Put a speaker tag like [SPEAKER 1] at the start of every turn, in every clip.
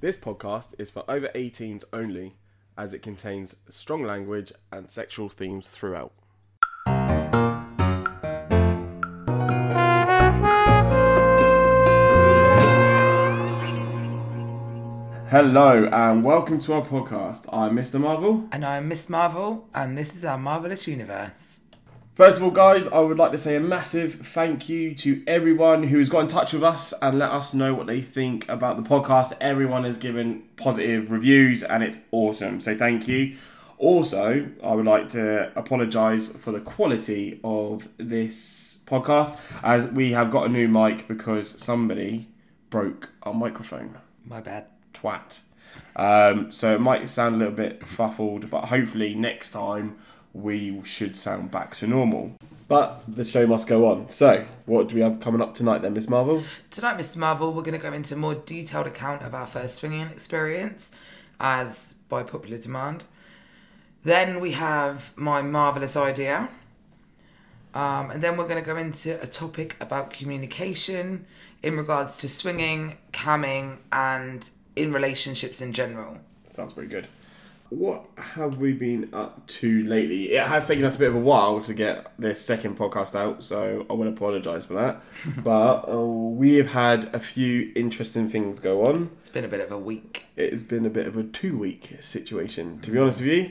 [SPEAKER 1] This podcast is for over 18s only, as it contains strong language and sexual themes throughout. Hello and welcome to our podcast. I'm Mr. Marvel.
[SPEAKER 2] And I'm Miss Marvel, and this is our Marvelous Universe.
[SPEAKER 1] First of all, guys, I would like to say a massive thank you to everyone who has got in touch with us and let us know what they think about the podcast. Everyone has given positive reviews and it's awesome. So, thank you. Also, I would like to apologise for the quality of this podcast as we have got a new mic because somebody broke our microphone
[SPEAKER 2] My bad.
[SPEAKER 1] twat. Um, so it might sound a little bit fuffled, but hopefully next time we should sound back to normal. But the show must go on. So, what do we have coming up tonight then, Miss Marvel?
[SPEAKER 2] Tonight, Mr. Marvel, we're going to go into a more detailed account of our first swinging experience, as by popular demand. Then we have my marvelous idea. Um, and then we're going to go into a topic about communication in regards to swinging, camming, and in relationships in general.
[SPEAKER 1] Sounds pretty good. What have we been up to lately? It has taken us a bit of a while to get this second podcast out, so I will apologise for that. but uh, we have had a few interesting things go on.
[SPEAKER 2] It's been a bit of a week.
[SPEAKER 1] it's been a bit of a two week situation, to be honest with you.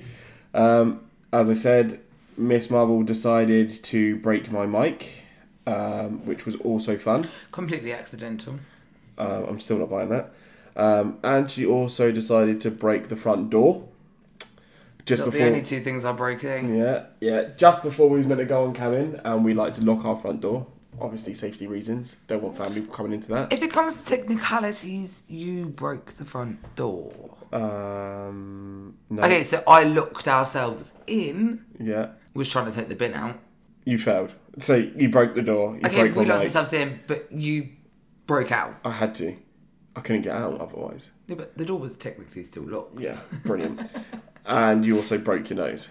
[SPEAKER 1] Um, as I said, Miss Marvel decided to break my mic, um, which was also fun.
[SPEAKER 2] Completely accidental.
[SPEAKER 1] Uh, I'm still not buying that. Um, and she also decided to break the front door just
[SPEAKER 2] Not the
[SPEAKER 1] before.
[SPEAKER 2] only two things I broke in.
[SPEAKER 1] yeah, yeah, just before we was meant to go on cabin, and we like to lock our front door. Obviously, safety reasons. Don't want family coming into that.
[SPEAKER 2] If it comes to technicalities, you broke the front door.
[SPEAKER 1] Um, no.
[SPEAKER 2] Okay, so I locked ourselves in,
[SPEAKER 1] Yeah,
[SPEAKER 2] was trying to take the bin out.
[SPEAKER 1] you failed. So you broke the door. You
[SPEAKER 2] Okay,
[SPEAKER 1] broke
[SPEAKER 2] we
[SPEAKER 1] my
[SPEAKER 2] locked
[SPEAKER 1] mic.
[SPEAKER 2] ourselves in, but you broke out.
[SPEAKER 1] I had to. I couldn't get out otherwise.
[SPEAKER 2] No, but the door was technically still locked.
[SPEAKER 1] Yeah, brilliant. and you also broke your nose.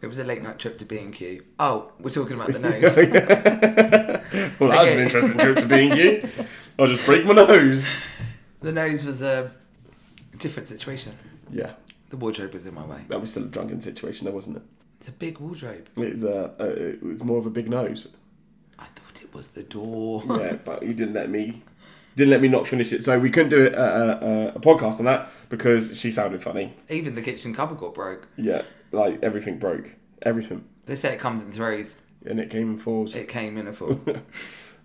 [SPEAKER 2] It was a late night trip to B and Q. Oh, we're talking about the nose.
[SPEAKER 1] Well, that was an
[SPEAKER 2] Okay.
[SPEAKER 1] interesting trip to being you. I just break my nose.
[SPEAKER 2] the nose was a different situation.
[SPEAKER 1] Yeah,
[SPEAKER 2] The wardrobe was in my way.
[SPEAKER 1] that was still a drunken situation, though, wasn't it?
[SPEAKER 2] It's a big wardrobe.
[SPEAKER 1] It's uh, uh, it was more of a big nose.
[SPEAKER 2] I thought it was the door.
[SPEAKER 1] Yeah, but you didn't let me. Didn't let me not finish it, so we couldn't do a, a, a, a podcast on that because she sounded funny.
[SPEAKER 2] Even the kitchen cupboard got broke.
[SPEAKER 1] Yeah, like everything broke, everything,
[SPEAKER 2] They say it comes in threes.
[SPEAKER 1] and it came in fours.
[SPEAKER 2] It came in a four.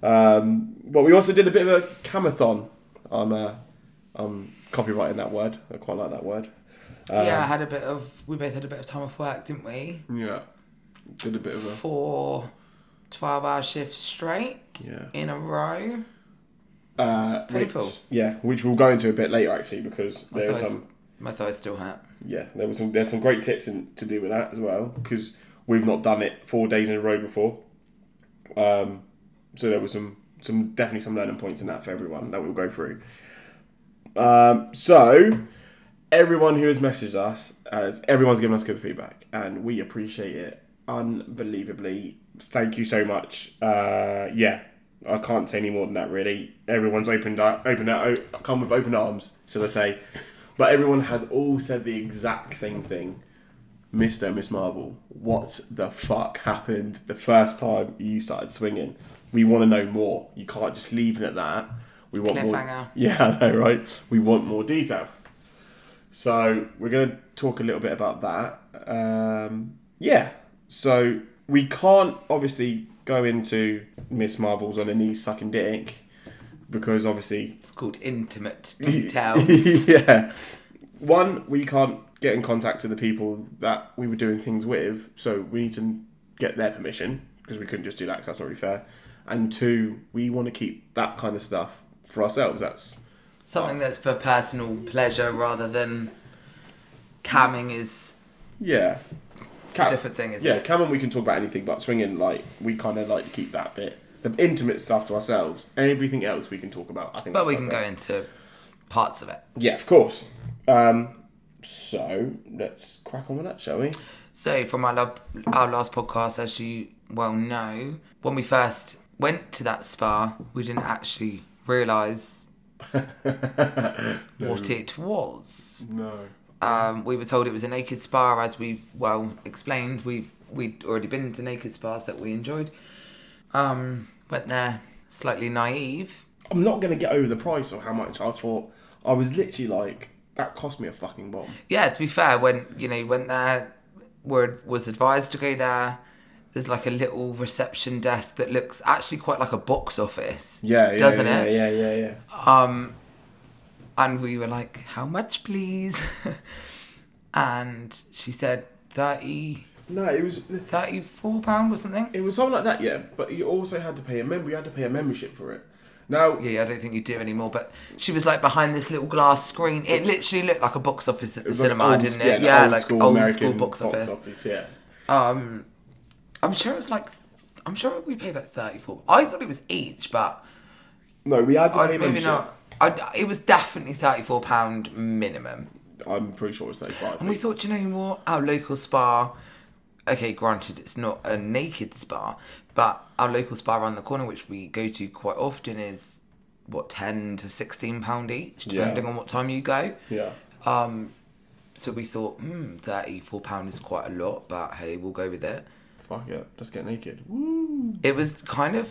[SPEAKER 1] Um, but we also did a bit of a camathon. I'm uh, I'm copyrighting that word. I quite like that word. Uh, Um,
[SPEAKER 2] yeah, I had a bit of. We both had a bit of time off work, didn't we?
[SPEAKER 1] Yeah, did a bit of a
[SPEAKER 2] Four 12 hour shifts straight
[SPEAKER 1] yeah.
[SPEAKER 2] in a row.
[SPEAKER 1] Uh,
[SPEAKER 2] Painful.
[SPEAKER 1] Which, yeah, which we'll go into a bit later actually because
[SPEAKER 2] My
[SPEAKER 1] there was
[SPEAKER 2] thighs,
[SPEAKER 1] some
[SPEAKER 2] my thighs still hurt.
[SPEAKER 1] yeah there was some there's some great tips in, to do with that as well because we've not done it four days in a row before. Um, so there was some some definitely some learning points in that for everyone that we'll go through. Um, so everyone who has messaged us, has, everyone's given us good feedback, and we appreciate it unbelievably. Thank you so much. Uh, yeah, I can't say any more than that. Really, everyone's opened up, open up, come with open arms, should I say? But everyone has all said the exact same thing. Mr. and Miss Marvel, what the fuck happened the first time you started swinging? We want to know more. You can't just leave it at that. We want
[SPEAKER 2] Cliffhanger.
[SPEAKER 1] more. Yeah, I know, right? We want more detail. So we're going to talk a little bit about that. Um, yeah. So we can't obviously go into Miss Marvel's on her knees sucking dick because obviously
[SPEAKER 2] It's called intimate detail.
[SPEAKER 1] yeah. One, we can't get in contact with the people that we were doing things with, so we need to get their permission because we couldn't just do that 'cause that's not really fair. And two, we want to keep that kind of stuff for ourselves. That's
[SPEAKER 2] Something that's for personal pleasure rather than camming is
[SPEAKER 1] yeah,
[SPEAKER 2] it's
[SPEAKER 1] Cam-
[SPEAKER 2] a different thing, isn't
[SPEAKER 1] yeah.
[SPEAKER 2] it?
[SPEAKER 1] Cameron, we can talk about anything, but swinging, like we kind of like to keep that bit, the intimate stuff to ourselves. Everything else we can talk about. I think,
[SPEAKER 2] But
[SPEAKER 1] that's
[SPEAKER 2] we
[SPEAKER 1] quite
[SPEAKER 2] can
[SPEAKER 1] fair.
[SPEAKER 2] go into parts of it.
[SPEAKER 1] Yeah, of course. Um, so let's crack on with that, shall we?
[SPEAKER 2] So, from our, lo- our last podcast, as you well know, when we first went to that spa, we didn't actually realise what it was.
[SPEAKER 1] No.
[SPEAKER 2] Um, we were told it was a naked spa, as we've well explained. We've we'd already been to naked spas that we enjoyed. Um, went there slightly naive.
[SPEAKER 1] I'm not gonna get over the price or how much I thought. I was literally like, that cost me a fucking bomb.
[SPEAKER 2] Yeah, to be fair, when you know went there, were was advised to go there. There's like a little reception desk that looks actually quite like a box office.
[SPEAKER 1] Yeah, yeah,
[SPEAKER 2] Doesn't
[SPEAKER 1] yeah,
[SPEAKER 2] it?
[SPEAKER 1] Yeah, yeah, yeah.
[SPEAKER 2] Um, and we were like, "How much, please?" and she said, 30,
[SPEAKER 1] No, it was
[SPEAKER 2] 34 pound or something.
[SPEAKER 1] it was something like that. Yeah, but you also had to pay a mem. You had to pay a membership for it. Now,
[SPEAKER 2] Yeah, I don't think you do anymore. But she was like behind this little glass screen. It literally looked like a box office at the
[SPEAKER 1] It was like
[SPEAKER 2] cinema,
[SPEAKER 1] old-
[SPEAKER 2] didn't
[SPEAKER 1] yeah,
[SPEAKER 2] it?
[SPEAKER 1] the
[SPEAKER 2] Yeah,
[SPEAKER 1] old
[SPEAKER 2] like
[SPEAKER 1] school
[SPEAKER 2] old
[SPEAKER 1] American
[SPEAKER 2] school box office.
[SPEAKER 1] yeah.
[SPEAKER 2] Um, I'm sure it was like, I'm sure we paid like 34. I thought it was each, but
[SPEAKER 1] No, we had to
[SPEAKER 2] I,
[SPEAKER 1] pay
[SPEAKER 2] Oh, maybe
[SPEAKER 1] membership.
[SPEAKER 2] not. I, it was definitely 34 pound minimum.
[SPEAKER 1] I'm pretty sure it's like five.
[SPEAKER 2] And we thought, you know what? Our local spa, okay, granted, it's not a naked spa, but our local spa around the corner, which we go to quite often, is what, 10 to 16 pound each,
[SPEAKER 1] Yeah.
[SPEAKER 2] depending on what time you go.
[SPEAKER 1] yeah,
[SPEAKER 2] Um, so we thought, hmm, 34 pound is quite a lot, but hey, we'll go with it.
[SPEAKER 1] fuck it, just get naked. Woo.
[SPEAKER 2] It was kind of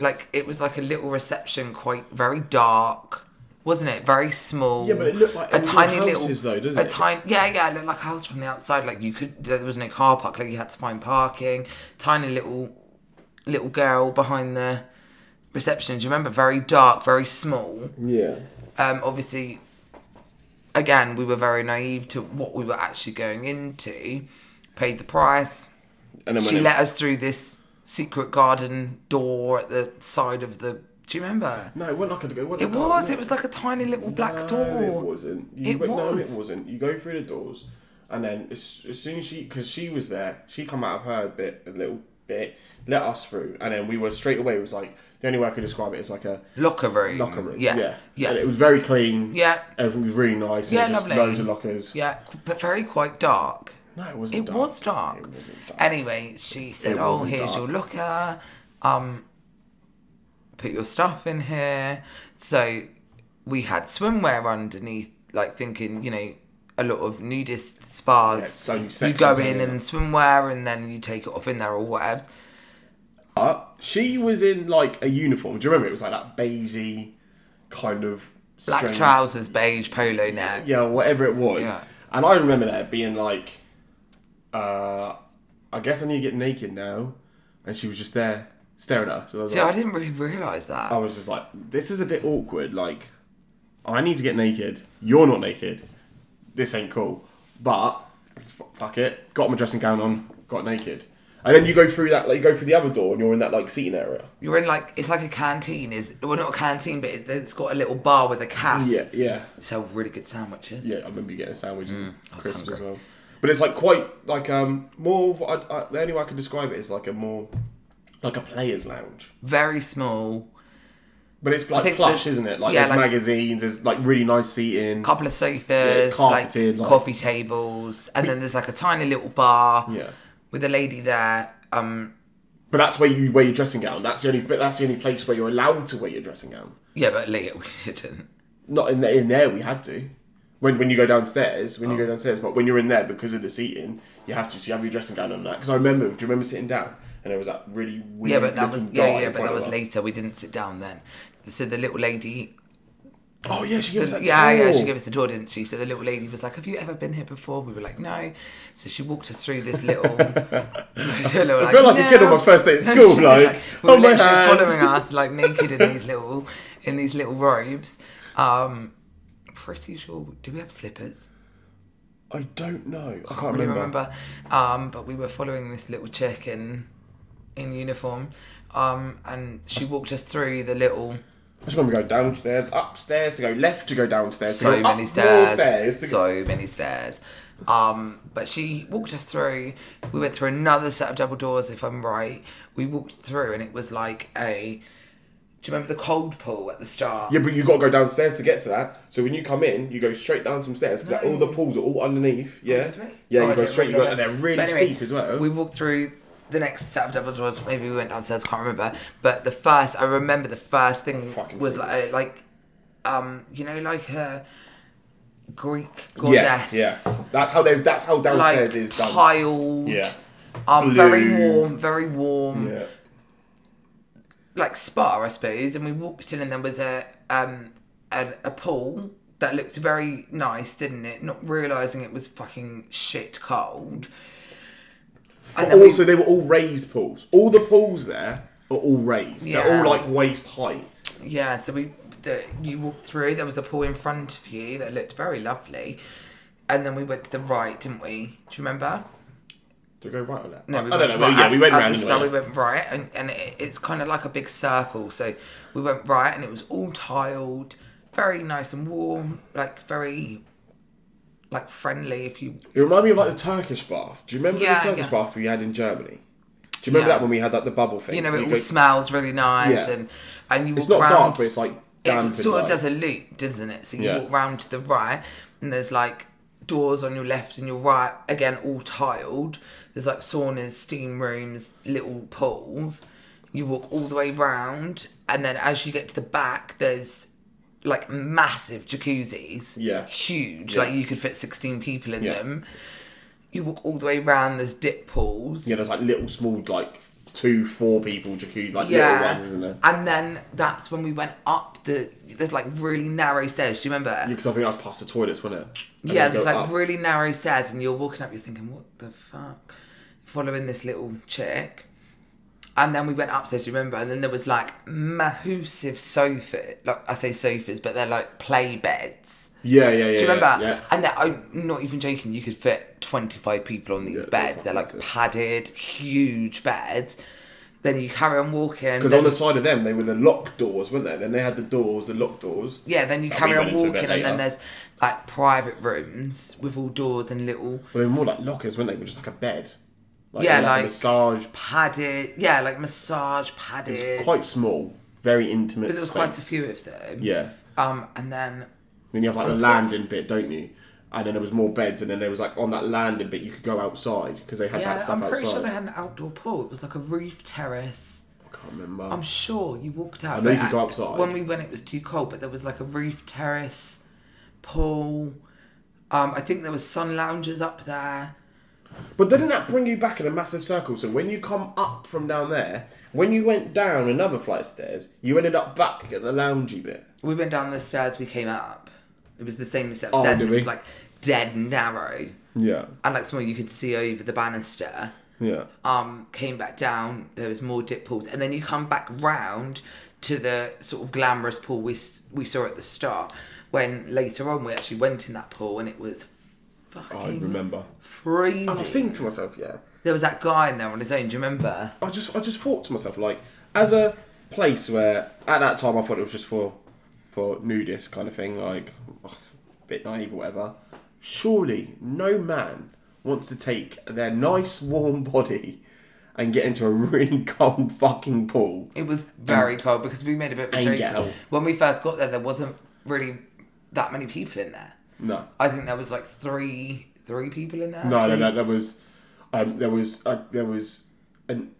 [SPEAKER 2] like, it was like a little reception, quite very dark. Wasn't it very small?
[SPEAKER 1] Yeah, but it looked like
[SPEAKER 2] a tiny
[SPEAKER 1] houses,
[SPEAKER 2] little
[SPEAKER 1] though, doesn't
[SPEAKER 2] a
[SPEAKER 1] it?
[SPEAKER 2] tiny yeah yeah it looked like a house from the outside like you could there was no car park like you had to find parking tiny little little girl behind the reception do you remember very dark very small
[SPEAKER 1] yeah,
[SPEAKER 2] um obviously again we were very naive to what we were actually going into paid the price
[SPEAKER 1] and then when
[SPEAKER 2] she
[SPEAKER 1] it,
[SPEAKER 2] let us through this secret garden door at the side of the do you remember
[SPEAKER 1] no, it went like a, it, went
[SPEAKER 2] it
[SPEAKER 1] like a-
[SPEAKER 2] was
[SPEAKER 1] no.
[SPEAKER 2] it was like a tiny little black
[SPEAKER 1] Oh, No, it
[SPEAKER 2] door
[SPEAKER 1] wasn't. You
[SPEAKER 2] It
[SPEAKER 1] went,
[SPEAKER 2] was.
[SPEAKER 1] No, it wasn't. You go through the doors, and then as, as soon as she, because she was there, she come out of her bit a little bit, let us through, and then we were straight away. It was like the only way I could describe it is like a
[SPEAKER 2] locker room
[SPEAKER 1] locker room.
[SPEAKER 2] yeah
[SPEAKER 1] yeah,
[SPEAKER 2] yeah
[SPEAKER 1] And it was very clean.
[SPEAKER 2] Yeah.
[SPEAKER 1] everything was really nice. and
[SPEAKER 2] Yeah,
[SPEAKER 1] it was just
[SPEAKER 2] lovely.
[SPEAKER 1] Loads of lockers.
[SPEAKER 2] Yeah, qu- but very quite dark.
[SPEAKER 1] No, it wasn't.
[SPEAKER 2] It
[SPEAKER 1] dark.
[SPEAKER 2] was dark.
[SPEAKER 1] It wasn't dark.
[SPEAKER 2] Anyway, she said,
[SPEAKER 1] It
[SPEAKER 2] "Oh,
[SPEAKER 1] wasn't
[SPEAKER 2] here's
[SPEAKER 1] dark.
[SPEAKER 2] your looker. Um, put your stuff in here." So we had swimwear underneath, like thinking, you know, a lot of nudist
[SPEAKER 1] Yeah,
[SPEAKER 2] spas.
[SPEAKER 1] so many
[SPEAKER 2] you go
[SPEAKER 1] sections in
[SPEAKER 2] in and swimwear, and then you take it off in there or whatever.
[SPEAKER 1] But she was in like a uniform. Do you remember? It was like that beigey kind of
[SPEAKER 2] Black
[SPEAKER 1] strange-
[SPEAKER 2] trousers, beige polo neck.
[SPEAKER 1] Yeah, whatever it was.
[SPEAKER 2] Yeah.
[SPEAKER 1] And I remember that being like, uh, I guess I need to get naked now. And she was just there staring at us. And I was
[SPEAKER 2] See, I
[SPEAKER 1] like,
[SPEAKER 2] didn't really realise that.
[SPEAKER 1] I was just like, this is a bit awkward. Like, I need to get naked. You're not naked. This ain't cool. But f- fuck it. Got my dressing gown on. Got naked. And then you go through that, like you go through the other door, and you're in that like seating area.
[SPEAKER 2] You're in like it's like a canteen. Is well, not a canteen, but it, it's got a little bar with a caf.
[SPEAKER 1] Yeah, yeah.
[SPEAKER 2] sell really good sandwiches.
[SPEAKER 1] Yeah, I remember you getting a sandwich and
[SPEAKER 2] Mm, was
[SPEAKER 1] crisp as
[SPEAKER 2] hungry.
[SPEAKER 1] well. But it's like quite like um more. Of, I, I, the only way I can describe it is like a more like a players' lounge.
[SPEAKER 2] Very small,
[SPEAKER 1] But it's
[SPEAKER 2] think
[SPEAKER 1] like plush,
[SPEAKER 2] the-
[SPEAKER 1] isn't it? Like
[SPEAKER 2] yeah,
[SPEAKER 1] there's
[SPEAKER 2] like-
[SPEAKER 1] magazines, there's like really nice seating.
[SPEAKER 2] couple of sofas,
[SPEAKER 1] it's carpeted,
[SPEAKER 2] like,
[SPEAKER 1] like-
[SPEAKER 2] coffee tables, and then there's like a tiny little bar
[SPEAKER 1] Yeah.
[SPEAKER 2] with a lady there. Um,
[SPEAKER 1] But that's where you wear your dressing gown. That's the only. But that's the only place where you're allowed to wear your dressing gown.
[SPEAKER 2] yeah, but later we didn't.
[SPEAKER 1] Not in the, in there. We had to. When, when you go downstairs, when you
[SPEAKER 2] Oh.
[SPEAKER 1] go downstairs, but when you're in there because of the seating, you have to. So you have your dressing gown on that. Because I remember. Do you remember sitting down? And there was that really weird.
[SPEAKER 2] Yeah, but that was
[SPEAKER 1] looking guy
[SPEAKER 2] yeah,
[SPEAKER 1] in
[SPEAKER 2] yeah, but
[SPEAKER 1] front
[SPEAKER 2] that
[SPEAKER 1] of
[SPEAKER 2] was
[SPEAKER 1] us.
[SPEAKER 2] later. We didn't sit down then. So the little lady,
[SPEAKER 1] Oh yeah, she gives that
[SPEAKER 2] yeah, yeah, she
[SPEAKER 1] tour.
[SPEAKER 2] gave us the tour, didn't she? So the little lady was like, "Have you ever been here before?" We were like, "No." So she walked us through this little. I
[SPEAKER 1] I feel like a kid on my first day at school,
[SPEAKER 2] she did
[SPEAKER 1] like,
[SPEAKER 2] we
[SPEAKER 1] "Oh,
[SPEAKER 2] were
[SPEAKER 1] my
[SPEAKER 2] literally
[SPEAKER 1] hand."
[SPEAKER 2] following us like naked in these little in these little robes. Um, pretty sure. Do we have slippers?
[SPEAKER 1] I don't know. I can't
[SPEAKER 2] I really
[SPEAKER 1] remember.
[SPEAKER 2] remember. Um, but we were following this little chick in in uniform, um, and she walked us through the little.
[SPEAKER 1] I just remember going downstairs, upstairs to go left to go downstairs. to
[SPEAKER 2] so
[SPEAKER 1] go up
[SPEAKER 2] many
[SPEAKER 1] more
[SPEAKER 2] stairs,
[SPEAKER 1] stairs to go.
[SPEAKER 2] so many stairs. Um, but she walked us through. We went through another set of double doors, if I'm right. We walked through, and it was like a. Do you remember the cold pool at the start?
[SPEAKER 1] Yeah, but you got to go downstairs to get to that. So when you come in, you go straight down some stairs because all the pools are all underneath. Yeah,
[SPEAKER 2] did we?
[SPEAKER 1] yeah,
[SPEAKER 2] Oh, I
[SPEAKER 1] you go
[SPEAKER 2] don't
[SPEAKER 1] straight. You go,
[SPEAKER 2] remember
[SPEAKER 1] and they're
[SPEAKER 2] that.
[SPEAKER 1] really
[SPEAKER 2] But anyway,
[SPEAKER 1] steep as well.
[SPEAKER 2] We walked through the next set of double doors. Maybe we went downstairs. Can't remember. But the first, I remember the first thing
[SPEAKER 1] Fucking
[SPEAKER 2] was
[SPEAKER 1] crazy.
[SPEAKER 2] like, like um, you know, like a Greek
[SPEAKER 1] Yeah,
[SPEAKER 2] goddess,
[SPEAKER 1] yeah. That's how they. That's how
[SPEAKER 2] like
[SPEAKER 1] downstairs is done.
[SPEAKER 2] tiled,
[SPEAKER 1] Yeah,
[SPEAKER 2] um, very
[SPEAKER 1] Blue.
[SPEAKER 2] warm, very warm,
[SPEAKER 1] yeah,
[SPEAKER 2] like spa, I suppose. And we walked in, and there was a um a, a pool that looked very nice, didn't it? Not realizing it was fucking shit cold. And
[SPEAKER 1] But
[SPEAKER 2] then we-
[SPEAKER 1] also, they were all raised pools. All the pools there are all raised. They're
[SPEAKER 2] Yeah.
[SPEAKER 1] all like waist height.
[SPEAKER 2] Yeah, so we the, you walked through. There was a pool in front of you that looked very lovely, and then we went to the right, didn't we? Do you remember?
[SPEAKER 1] Do we go right or left?
[SPEAKER 2] No, we
[SPEAKER 1] I
[SPEAKER 2] went
[SPEAKER 1] don't know.
[SPEAKER 2] Right,
[SPEAKER 1] but yeah, we went
[SPEAKER 2] at
[SPEAKER 1] round.
[SPEAKER 2] the
[SPEAKER 1] anyway.
[SPEAKER 2] start, we went right, and, and it, it's kind of like a big circle. So we went right, and it was all tiled, very nice and warm, like very like friendly. If you
[SPEAKER 1] It reminded me of like the Turkish bath. Do you remember
[SPEAKER 2] Yeah,
[SPEAKER 1] the Turkish
[SPEAKER 2] yeah.
[SPEAKER 1] bath we had in Germany? Do you remember
[SPEAKER 2] Yeah.
[SPEAKER 1] that when we had like the bubble thing?
[SPEAKER 2] you know, it all
[SPEAKER 1] go-
[SPEAKER 2] smells really nice,
[SPEAKER 1] Yeah.
[SPEAKER 2] and and you
[SPEAKER 1] It's
[SPEAKER 2] walk
[SPEAKER 1] not dark,
[SPEAKER 2] round-
[SPEAKER 1] but it's like damp and
[SPEAKER 2] it sort
[SPEAKER 1] light.
[SPEAKER 2] of does a loop, doesn't it? So you
[SPEAKER 1] Yeah.
[SPEAKER 2] walk round to the right, and there's like doors on your left and your right, again all tiled. There's like saunas, steam rooms, little pools. You walk all the way round, and then as you get to the back, there's like massive jacuzzis.
[SPEAKER 1] Yeah.
[SPEAKER 2] huge.
[SPEAKER 1] Yeah.
[SPEAKER 2] Like you could fit sixteen people in
[SPEAKER 1] Yeah.
[SPEAKER 2] them. You walk all the way round. There's dip pools.
[SPEAKER 1] Yeah, there's like little small like two, four people jacuzzi like little ones, isn't there?
[SPEAKER 2] And then that's when we went up the there's like really narrow stairs. Do you remember?
[SPEAKER 1] Because I think that was past the toilets, wasn't it? And
[SPEAKER 2] yeah,
[SPEAKER 1] then
[SPEAKER 2] there's
[SPEAKER 1] go
[SPEAKER 2] like
[SPEAKER 1] up.
[SPEAKER 2] really narrow stairs, and you're walking up. You're thinking, what the fuck? Following this little chick. And then we went upstairs, do you remember? And then there was like massive sofa. Like I say sofas, but they're like play beds.
[SPEAKER 1] yeah, yeah, yeah.
[SPEAKER 2] Do you remember?
[SPEAKER 1] Yeah,
[SPEAKER 2] And they're, I'm not even joking. You could fit 25 people on these
[SPEAKER 1] Yeah, they're
[SPEAKER 2] beds. They're like
[SPEAKER 1] fucking
[SPEAKER 2] padded, huge beds. Then you carry on walking.
[SPEAKER 1] because
[SPEAKER 2] then-
[SPEAKER 1] on the side of them they were the locked doors, weren't they? Then they had the doors, the locked doors.
[SPEAKER 2] Yeah, then you
[SPEAKER 1] That
[SPEAKER 2] carry
[SPEAKER 1] we
[SPEAKER 2] on
[SPEAKER 1] went into a bit
[SPEAKER 2] walking, and then
[SPEAKER 1] later.
[SPEAKER 2] there's like private rooms with all doors and little
[SPEAKER 1] Well, they were more like lockers, weren't they? Which is like a bed. Like,
[SPEAKER 2] Yeah,
[SPEAKER 1] and, like,
[SPEAKER 2] like-
[SPEAKER 1] a massage.
[SPEAKER 2] padded, yeah, like massage padded.
[SPEAKER 1] It's quite small, very intimate.
[SPEAKER 2] but there was
[SPEAKER 1] space.
[SPEAKER 2] quite a few of them.
[SPEAKER 1] Yeah.
[SPEAKER 2] Um, and then
[SPEAKER 1] Then you have like the landing bit, don't you? And then there was more beds, and then there was like on that landing bit you could go outside because they had
[SPEAKER 2] yeah,
[SPEAKER 1] that stuff
[SPEAKER 2] I'm pretty
[SPEAKER 1] outside.
[SPEAKER 2] sure they had an outdoor pool. It was like a roof terrace.
[SPEAKER 1] I can't remember.
[SPEAKER 2] I'm sure you walked out.
[SPEAKER 1] I know you
[SPEAKER 2] but
[SPEAKER 1] could go
[SPEAKER 2] at-
[SPEAKER 1] outside.
[SPEAKER 2] When we went, it was too cold, but there was like a roof terrace, pool. Um, I think there was sun lounges up there.
[SPEAKER 1] But didn't that bring you back in a massive circle? So when you come up from down there, when you went down another flight of stairs, you ended up back at the loungy bit.
[SPEAKER 2] We went down the stairs. We came up. It was the same as
[SPEAKER 1] Oh,
[SPEAKER 2] upstairs.
[SPEAKER 1] did
[SPEAKER 2] it was
[SPEAKER 1] we?
[SPEAKER 2] like dead narrow.
[SPEAKER 1] Yeah,
[SPEAKER 2] and like somewhere you could see over the banister.
[SPEAKER 1] yeah.
[SPEAKER 2] Um, came back down. There was more dip pools, and then you come back round to the sort of glamorous pool we s- we saw at the start. When later on we actually went in that pool, and it was fucking
[SPEAKER 1] I remember.
[SPEAKER 2] freezing.
[SPEAKER 1] I think to myself, yeah.
[SPEAKER 2] there was that guy in there on his own. Do you remember?
[SPEAKER 1] I just, I just thought to myself, like, as a place where at that time I thought it was just for, for nudist kind of thing, like, a bit naive or whatever. Surely no man wants to take their nice warm body and get into a really cold fucking pool.
[SPEAKER 2] It was very cold because we made a bit of a
[SPEAKER 1] And get
[SPEAKER 2] joke
[SPEAKER 1] out.
[SPEAKER 2] when we first got there. There wasn't really that many people in there.
[SPEAKER 1] No.
[SPEAKER 2] I think there was like three three people in there.
[SPEAKER 1] No, no,
[SPEAKER 2] three-
[SPEAKER 1] no. There was, um, there was, uh, there was, an,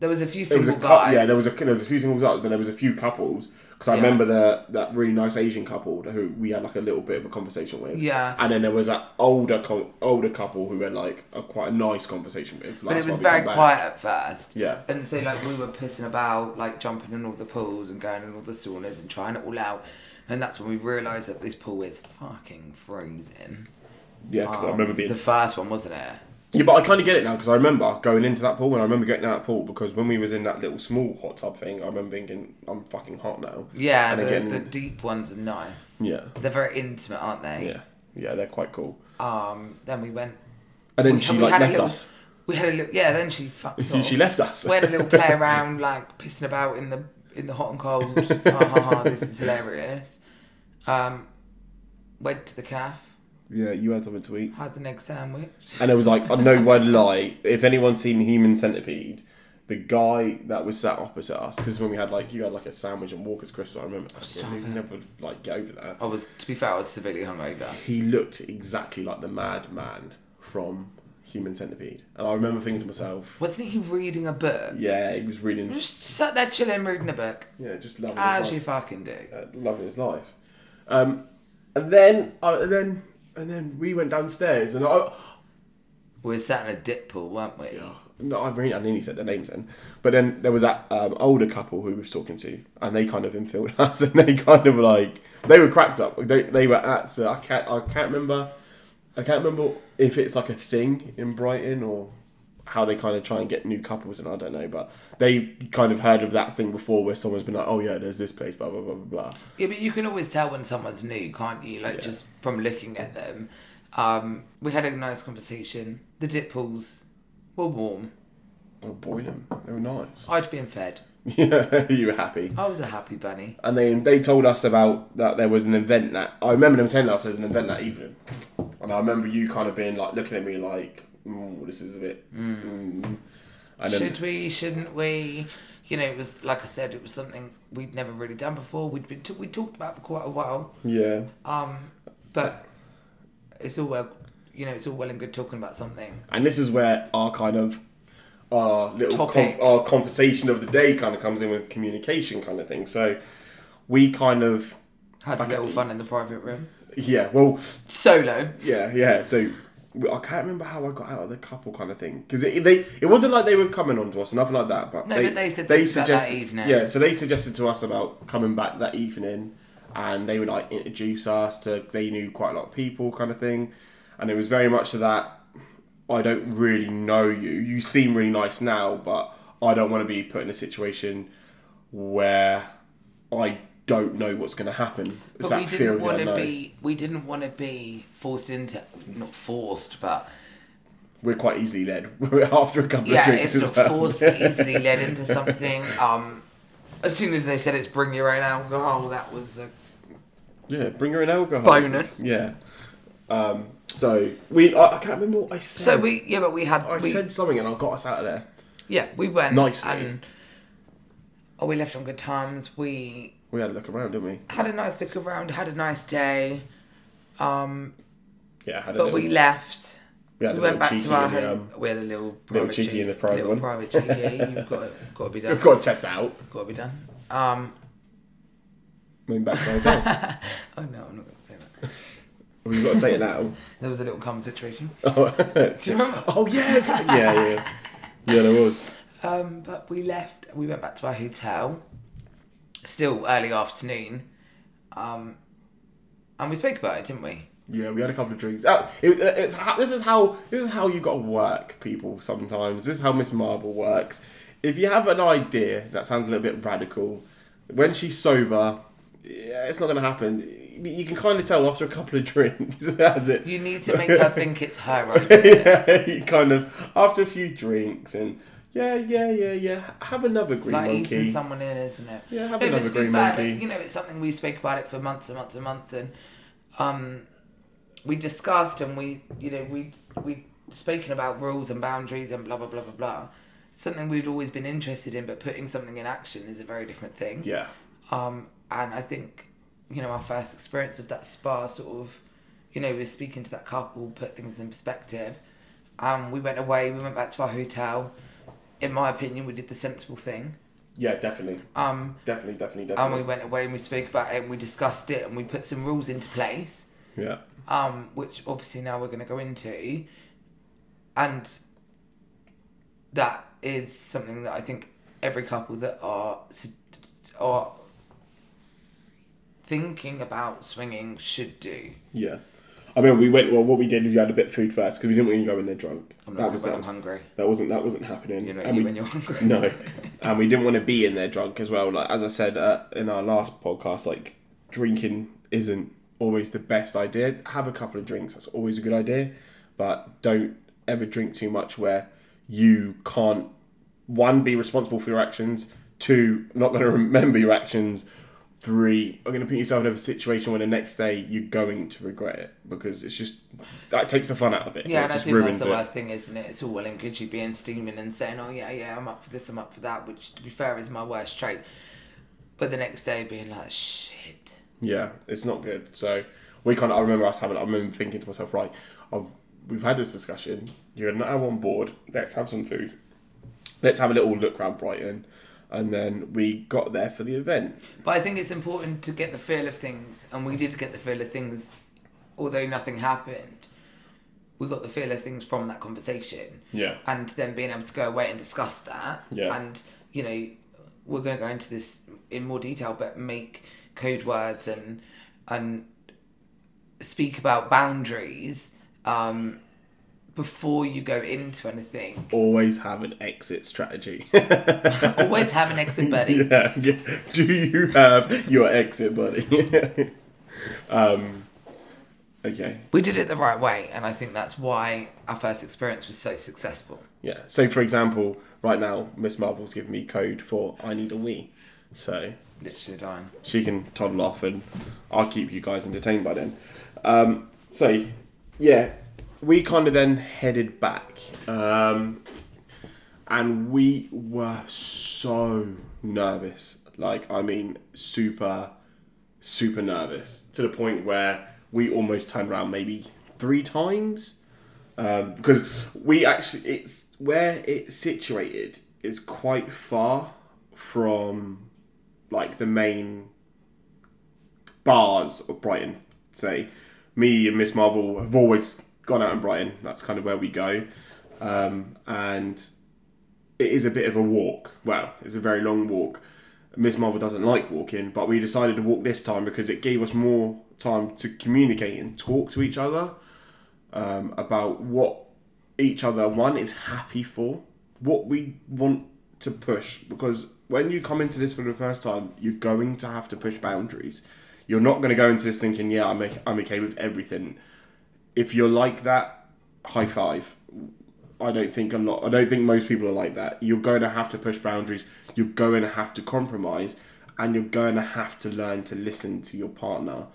[SPEAKER 2] There was a few
[SPEAKER 1] there was
[SPEAKER 2] single
[SPEAKER 1] a
[SPEAKER 2] guys.
[SPEAKER 1] couple. Yeah, there was a there was a few singles up, but there was a few couples. Because I
[SPEAKER 2] Yeah.
[SPEAKER 1] remember the that really nice Asian couple who we had like a little bit of a conversation with.
[SPEAKER 2] Yeah.
[SPEAKER 1] And then there was that older co- older couple who had like a quite a nice conversation with.
[SPEAKER 2] But
[SPEAKER 1] last
[SPEAKER 2] it was
[SPEAKER 1] time we
[SPEAKER 2] very
[SPEAKER 1] come back.
[SPEAKER 2] quiet at first.
[SPEAKER 1] Yeah.
[SPEAKER 2] And so, like, we were pissing about, like, jumping in all the pools and going in all the saunas and trying it all out. And that's when we realised that this pool is fucking freezing.
[SPEAKER 1] Yeah, because I
[SPEAKER 2] Um,
[SPEAKER 1] remember being.
[SPEAKER 2] The first one, wasn't it?
[SPEAKER 1] yeah, but I kind of get it now because I remember going into that pool and I remember getting out of that pool because when we was in that little small hot tub thing, I remember thinking I'm fucking hot now.
[SPEAKER 2] Yeah,
[SPEAKER 1] And
[SPEAKER 2] the,
[SPEAKER 1] again-
[SPEAKER 2] the deep ones are nice.
[SPEAKER 1] Yeah.
[SPEAKER 2] They're very intimate, aren't they?
[SPEAKER 1] Yeah. Yeah, they're quite cool.
[SPEAKER 2] Um, then we went.
[SPEAKER 1] And then
[SPEAKER 2] we-
[SPEAKER 1] she
[SPEAKER 2] we
[SPEAKER 1] like
[SPEAKER 2] had a
[SPEAKER 1] left
[SPEAKER 2] little-
[SPEAKER 1] us.
[SPEAKER 2] We had a little. Yeah, then she fucked off.
[SPEAKER 1] She left us.
[SPEAKER 2] We had a little play around, like, pissing about in the in the hot and cold. ha ha ha, this is hilarious. Um, went to the calf.
[SPEAKER 1] Yeah, you had something to eat.
[SPEAKER 2] How's an egg sandwich?
[SPEAKER 1] And it was like, I no word lie, if anyone's seen Human Centipede, the guy that was sat opposite us, because when we had like, you had like a sandwich and Walker's crisps, I remember, I
[SPEAKER 2] Oh, Stop
[SPEAKER 1] can
[SPEAKER 2] it.
[SPEAKER 1] never like get over that.
[SPEAKER 2] I was, to be fair, I was severely hungover.
[SPEAKER 1] He looked exactly like the madman from Human Centipede. And I remember thinking to myself,
[SPEAKER 2] Wasn't he reading a book?
[SPEAKER 1] yeah, he was reading,
[SPEAKER 2] Just sat there chilling, reading a book. Ah,
[SPEAKER 1] yeah, just loving his
[SPEAKER 2] As you
[SPEAKER 1] life.
[SPEAKER 2] fucking do.
[SPEAKER 1] Uh, loving his life. Um, and then, uh, and then, and then we went downstairs, and I,
[SPEAKER 2] We were sat in a dip pool, weren't we?
[SPEAKER 1] no, I really, I nearly said their names then. But then there was that um, older couple who we was talking to, and they kind of infilled us, and they kind of like they were cracked up. They, they were at uh, I can't I can't remember, I can't remember if it's like a thing in Brighton or how they kind of try and get new couples, and I don't know, but they kind of heard of that thing before where someone's been like, oh yeah, there's this place, blah blah blah blah blah.
[SPEAKER 2] Yeah, but you can always tell when someone's new, can't you? Like just from looking at them. Um, we had a nice conversation. The dip pools were warm.
[SPEAKER 1] Oh, boy, them, they were nice.
[SPEAKER 2] I'd been fed.
[SPEAKER 1] Yeah, you were happy.
[SPEAKER 2] I was a happy bunny.
[SPEAKER 1] and they they told us about that there was an event that I remember them saying that there's an event that evening, and I remember you kind of being like looking at me like, "Mm, "This is a bit." Mm. And then,
[SPEAKER 2] Should we? Shouldn't we? You know, it was like I said, it was something we'd never really done before. We'd been t- we talked about it for quite a while.
[SPEAKER 1] yeah,
[SPEAKER 2] Um, but it's all well, you know, it's all well and good talking about something.
[SPEAKER 1] and this is where our kind of our little
[SPEAKER 2] Topic.
[SPEAKER 1] conf- our conversation of the day kind of comes in with communication kind of thing. So we kind of
[SPEAKER 2] Had a
[SPEAKER 1] Okay.
[SPEAKER 2] little fun in the private room.
[SPEAKER 1] yeah, well
[SPEAKER 2] Solo.
[SPEAKER 1] yeah yeah. So I can't remember how I got out of the couple kind of thing because it, they it wasn't like they were coming on to us nothing like that. But
[SPEAKER 2] No,
[SPEAKER 1] they,
[SPEAKER 2] but they said
[SPEAKER 1] they
[SPEAKER 2] things about that
[SPEAKER 1] suggested
[SPEAKER 2] evening.
[SPEAKER 1] Yeah, so they suggested to us about coming back that evening, and they would like introduce us to they knew quite a lot of people kind of thing, and it was very much to that. I don't really know you. You seem really nice now, but I don't want to be put in a situation where I don't know what's going to happen. It's
[SPEAKER 2] But we
[SPEAKER 1] that fear
[SPEAKER 2] didn't
[SPEAKER 1] of the
[SPEAKER 2] want to
[SPEAKER 1] unknown.
[SPEAKER 2] be. We didn't want to be forced into. Not forced, but
[SPEAKER 1] We're quite easily led. We're after a couple of
[SPEAKER 2] yeah,
[SPEAKER 1] drinks.
[SPEAKER 2] it's
[SPEAKER 1] as
[SPEAKER 2] not
[SPEAKER 1] well.
[SPEAKER 2] forced, but easily led into something. Um, as soon as they said it's bring your own alcohol, that was a
[SPEAKER 1] Yeah, bring her an alcohol.
[SPEAKER 2] Bonus.
[SPEAKER 1] Yeah. Um, so we, I, I can't remember what I said.
[SPEAKER 2] So we, yeah, but we had,
[SPEAKER 1] I
[SPEAKER 2] we,
[SPEAKER 1] said something and I got us out of there.
[SPEAKER 2] yeah, we went
[SPEAKER 1] Oh, Nicely.
[SPEAKER 2] and oh, we left on good terms. We
[SPEAKER 1] We had a look around, didn't we?
[SPEAKER 2] had a nice look around, had a nice day, um,
[SPEAKER 1] Yeah, had a
[SPEAKER 2] but
[SPEAKER 1] little,
[SPEAKER 2] we left.
[SPEAKER 1] had
[SPEAKER 2] We
[SPEAKER 1] a
[SPEAKER 2] went
[SPEAKER 1] little
[SPEAKER 2] back
[SPEAKER 1] cheeky
[SPEAKER 2] to our
[SPEAKER 1] in the, um,
[SPEAKER 2] home. we had a little private
[SPEAKER 1] cheeky in the private
[SPEAKER 2] little
[SPEAKER 1] one.
[SPEAKER 2] private cheeky. You've got to, got to be done.
[SPEAKER 1] Um, got to test that out.
[SPEAKER 2] Got to be done. Um,
[SPEAKER 1] Went back to the hotel.
[SPEAKER 2] oh no, I'm not going to say that.
[SPEAKER 1] We've got to say it now.
[SPEAKER 2] There was a little calm situation.
[SPEAKER 1] Oh,
[SPEAKER 2] Do you remember?
[SPEAKER 1] oh yeah, yeah, yeah, yeah. Yeah, there was.
[SPEAKER 2] Um, but we left. We went back to our hotel. Still early afternoon, um, and we spoke about it, didn't we?
[SPEAKER 1] Yeah, we had a couple of drinks. Uh, it, it's ho- this is how this is how you got to work people sometimes. This is how Miss Marvel works. If you have an idea that sounds a little bit radical, when she's sober, yeah, it's not going to happen. You- You can kind of tell after a couple of drinks, that's it.
[SPEAKER 2] You need to make her think it's her idea.
[SPEAKER 1] yeah, you kind of after a few drinks and yeah, yeah, yeah, yeah. Have another
[SPEAKER 2] It's
[SPEAKER 1] green
[SPEAKER 2] like
[SPEAKER 1] monkey.
[SPEAKER 2] easing someone in, isn't it?
[SPEAKER 1] Yeah, have
[SPEAKER 2] No, but
[SPEAKER 1] another
[SPEAKER 2] to be
[SPEAKER 1] green
[SPEAKER 2] fair,
[SPEAKER 1] monkey.
[SPEAKER 2] like, You know, it's something we spoke about it for months and months and months, and um, we discussed and we, you know, we we spoken about rules and boundaries and blah blah blah blah blah. Something we'd always been interested in, but putting something in action is a very different thing.
[SPEAKER 1] yeah,
[SPEAKER 2] Um, and I think, you know, our first experience of that spa sort of, you know, was speaking to that couple, put things in perspective. Um, we went away, we went back to our hotel. In my opinion, we did the sensible thing.
[SPEAKER 1] yeah, definitely,
[SPEAKER 2] Um,
[SPEAKER 1] definitely, definitely,
[SPEAKER 2] and we
[SPEAKER 1] definitely.
[SPEAKER 2] went away and we spoke about it and we discussed it and we put some rules into place,
[SPEAKER 1] yeah,
[SPEAKER 2] um, which obviously now we're going to go into. And that is something that I think every couple that are s- are thinking about swinging should do.
[SPEAKER 1] yeah. I mean, we went. Well, what we did was we had a bit of food first because we didn't want to go in there drunk.
[SPEAKER 2] I'm
[SPEAKER 1] That
[SPEAKER 2] not good
[SPEAKER 1] was
[SPEAKER 2] when
[SPEAKER 1] that.
[SPEAKER 2] I'm hungry.
[SPEAKER 1] That wasn't that wasn't happening.
[SPEAKER 2] You know,
[SPEAKER 1] and
[SPEAKER 2] you
[SPEAKER 1] we,
[SPEAKER 2] when you're hungry.
[SPEAKER 1] no, and we didn't want to be in there drunk as well. Like as I said uh, in our last podcast, like drinking isn't always the best idea. Have a couple of drinks. That's always a good idea, but don't ever drink too much where you can't one be responsible for your actions. Two, not going to remember your actions. Three, are going to put yourself in a situation where the next day you're going to regret it because it's just that takes the fun out of it.
[SPEAKER 2] Yeah,
[SPEAKER 1] it
[SPEAKER 2] and I
[SPEAKER 1] just
[SPEAKER 2] think that's
[SPEAKER 1] ruins
[SPEAKER 2] the
[SPEAKER 1] it.
[SPEAKER 2] worst thing, isn't it? It's all well and good you being steaming and saying, "Oh yeah, yeah, I'm up for this, I'm up for that," which, to be fair, is my worst trait. But the next day, being like, "Shit."
[SPEAKER 1] Yeah, it's not good. So we kind of. I remember us having. I remember thinking to myself, right, I've we've had this discussion. You're now on board. Let's have some food. Let's have a little look round Brighton. and then we got there for the event.
[SPEAKER 2] But I think it's important to get the feel of things, and we did get the feel of things, although nothing happened. We got the feel of things from that conversation,
[SPEAKER 1] Yeah.
[SPEAKER 2] and then being able to go away and discuss that.
[SPEAKER 1] Yeah.
[SPEAKER 2] And you know, we're going to go into this in more detail, but make code words and and speak about boundaries um, before you go into anything.
[SPEAKER 1] Always have an exit strategy.
[SPEAKER 2] Always have an exit, buddy.
[SPEAKER 1] yeah, yeah. Do you have your exit, buddy? um, okay.
[SPEAKER 2] We did it the right way, and I think that's why our first experience was so successful.
[SPEAKER 1] Yeah. So, for example, right now, Miss Marvel's giving me code for I need a Wii. So
[SPEAKER 2] Literally dying.
[SPEAKER 1] she can toddle off and I'll keep you guys entertained by then. Um, so, yeah, we kind of then headed back. Um, and we were so nervous. Like, I mean, super, super nervous to the point where we almost turned around maybe three times. Um, because we actually, it's where it's situated is quite far from like the main bars of Brighton. Say, me and Miss Marvel have always gone out in Brighton. That's kind of where we go, um, and it is a bit of a walk. Well, it's a very long walk. Miss Marvel doesn't like walking, but we decided to walk this time because it gave us more time to communicate and talk to each other um, about what each other one is happy for, what we want to push. Because when you come into this for the first time, you're going to have to push boundaries. You're not going to go into this thinking, "Yeah, I'm okay, I'm okay with everything." If you're like that, high five. I don't think a lot. I don't think most people are like that. You're going to have to push boundaries. You're going to have to compromise, and you're going to have to learn to listen to your partner.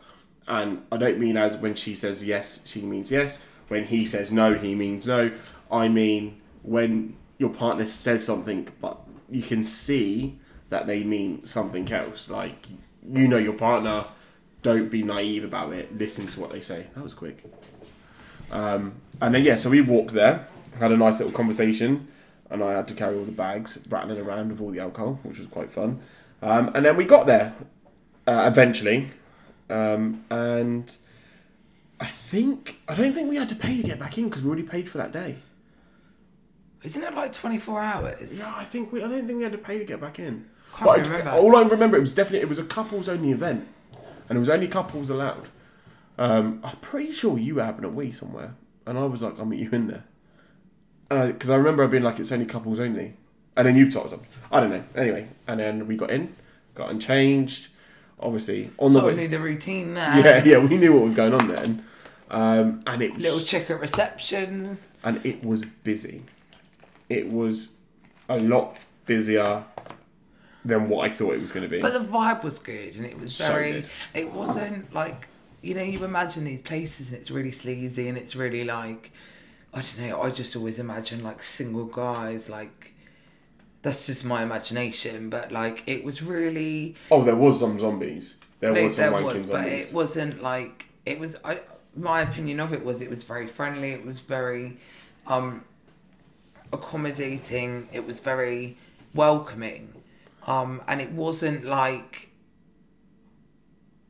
[SPEAKER 1] And I don't mean as when she says yes, she means yes. When he says no, he means no. I mean when your partner says something, but you can see that they mean something else. Like you know your partner. Don't be naive about it. Listen to what they say. That was quick. Um, and then yeah, so we walked there, had a nice little conversation, and I had to carry all the bags, rattling around with all the alcohol, which was quite fun. Um, and then we got there uh, eventually, um, and I think I don't think we had to pay to get back in because we already paid for that day.
[SPEAKER 2] Isn't it like 24 hours?
[SPEAKER 1] No, I think we I don't think we had to pay to get back in.
[SPEAKER 2] Can't
[SPEAKER 1] But I-
[SPEAKER 2] remember.
[SPEAKER 1] all I remember it was definitely it was a couples only event, and it was only couples allowed. Um, I'm pretty sure you were having a wee somewhere, and I was like, "I'll meet you in there," because I, remember I being like, "It's only couples only," and then you topped up. I don't know. Anyway, and then we got in, got unchanged. Obviously, on the
[SPEAKER 2] Sort
[SPEAKER 1] way.
[SPEAKER 2] of knew the routine there.
[SPEAKER 1] yeah, yeah, we knew what was going on then, um, and it was
[SPEAKER 2] Little check at reception.
[SPEAKER 1] and it was busy. It was a lot busier than what I thought it was going to be.
[SPEAKER 2] But the vibe was good, and it was
[SPEAKER 1] So
[SPEAKER 2] very.
[SPEAKER 1] good.
[SPEAKER 2] it wasn't like you know you imagine these places, and it's really sleazy, and it's really like I don't know. I just always imagine like single guys, like that's just my imagination. But like it was really
[SPEAKER 1] oh, there was some zombies. There
[SPEAKER 2] No,
[SPEAKER 1] was some
[SPEAKER 2] there
[SPEAKER 1] wanking
[SPEAKER 2] was, but
[SPEAKER 1] zombies.
[SPEAKER 2] it wasn't like it was. I, my opinion of it was it was very friendly. It was very um, accommodating. It was very welcoming, um, and it wasn't like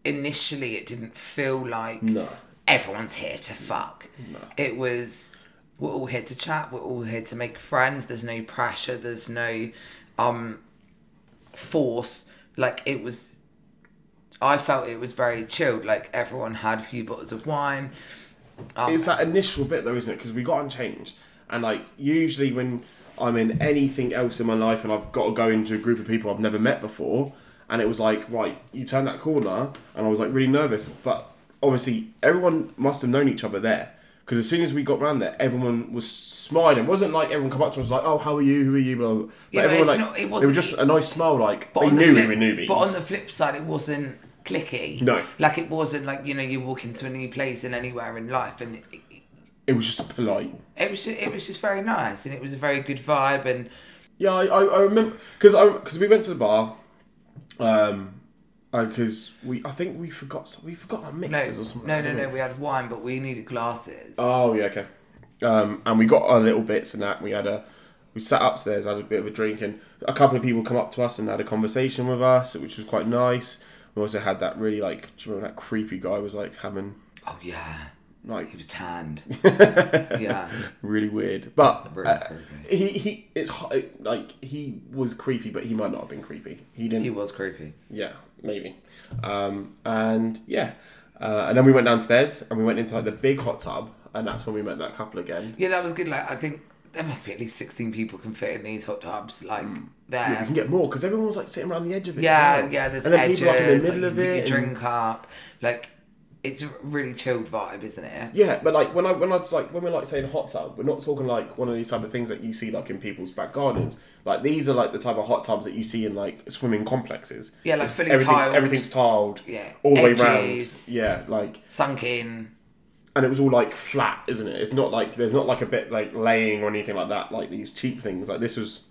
[SPEAKER 2] initially it didn't feel like
[SPEAKER 1] no,
[SPEAKER 2] everyone's here to fuck. It was we're all here to chat, we're all here to make friends, there's no pressure, there's no um force. Like it was I felt it was very chilled, like everyone had a few bottles of wine.
[SPEAKER 1] it's that initial bit though, isn't it? Because we got unchanged, and like usually when I'm in anything else in my life, and I've got to go into a group of people I've never met before, and it was like right, you turn that corner, and I was like really nervous, but obviously everyone must have known each other there. Because as soon as we got round there, everyone was smiling. It wasn't like everyone come up to us like, "Oh, how are you? Who are you?" Blah, blah, blah.
[SPEAKER 2] Yeah,
[SPEAKER 1] but
[SPEAKER 2] but
[SPEAKER 1] everyone
[SPEAKER 2] it's
[SPEAKER 1] like
[SPEAKER 2] not- it
[SPEAKER 1] it, was
[SPEAKER 2] wasn't-
[SPEAKER 1] just a nice smile. Like they
[SPEAKER 2] on the
[SPEAKER 1] knew
[SPEAKER 2] flip-
[SPEAKER 1] we were newbies.
[SPEAKER 2] But on the flip side, it wasn't clicky.
[SPEAKER 1] No.
[SPEAKER 2] Like it wasn't like, you know, you walk into a new place and anywhere in life and it,
[SPEAKER 1] it was just polite.
[SPEAKER 2] it was just, it was just very nice and it was a very good vibe and
[SPEAKER 1] Yeah, I, I, I remember because I because we went to the bar, um, because we I think we forgot some, we forgot our
[SPEAKER 2] No,
[SPEAKER 1] mixes or something.
[SPEAKER 2] no, no, no. We had wine, but we needed glasses.
[SPEAKER 1] Oh yeah, okay. Um, and we got our little bits and that. We had a we sat upstairs, had a bit of a drink, and a couple of people come up to us and had a conversation with us, which was quite nice. We also had that really like, do you remember that creepy guy was like having
[SPEAKER 2] Oh yeah,
[SPEAKER 1] like
[SPEAKER 2] he was tanned. yeah,
[SPEAKER 1] really weird, but
[SPEAKER 2] Very
[SPEAKER 1] uh,
[SPEAKER 2] creepy.
[SPEAKER 1] he he it's h- like he was creepy, but he might not have been creepy. He didn't.
[SPEAKER 2] he was creepy.
[SPEAKER 1] Yeah, maybe. Um, and yeah, uh, and then we went downstairs and we went into like the big hot tub, and that's when we met that couple again.
[SPEAKER 2] Yeah, that was good. Like I think there must be at least sixteen people can fit in these hot tubs. Like
[SPEAKER 1] Mm.
[SPEAKER 2] there.
[SPEAKER 1] You can get more because everyone was like sitting around the edge of it. as
[SPEAKER 2] Yeah,
[SPEAKER 1] well.
[SPEAKER 2] yeah. There's
[SPEAKER 1] and then
[SPEAKER 2] edges.
[SPEAKER 1] people like in the
[SPEAKER 2] like,
[SPEAKER 1] middle
[SPEAKER 2] you
[SPEAKER 1] of
[SPEAKER 2] can put
[SPEAKER 1] it. and-
[SPEAKER 2] your drink up. Like it's a really chilled vibe, isn't it?
[SPEAKER 1] yeah, but like when I when I was like when we're like saying hot tub, we're not talking like one of these type of things that you see like in people's back gardens. Like these are like the type of hot tubs that you see in like swimming complexes.
[SPEAKER 2] Yeah, like
[SPEAKER 1] It's
[SPEAKER 2] fully
[SPEAKER 1] everything,
[SPEAKER 2] tiled.
[SPEAKER 1] Everything's tiled.
[SPEAKER 2] Yeah,
[SPEAKER 1] all the way round.
[SPEAKER 2] edges.
[SPEAKER 1] Yeah, like
[SPEAKER 2] Sunk in.
[SPEAKER 1] and it was all like flat, isn't it? It's not like there's not like a bit like laying or anything like that, like these cheap things. Like this was,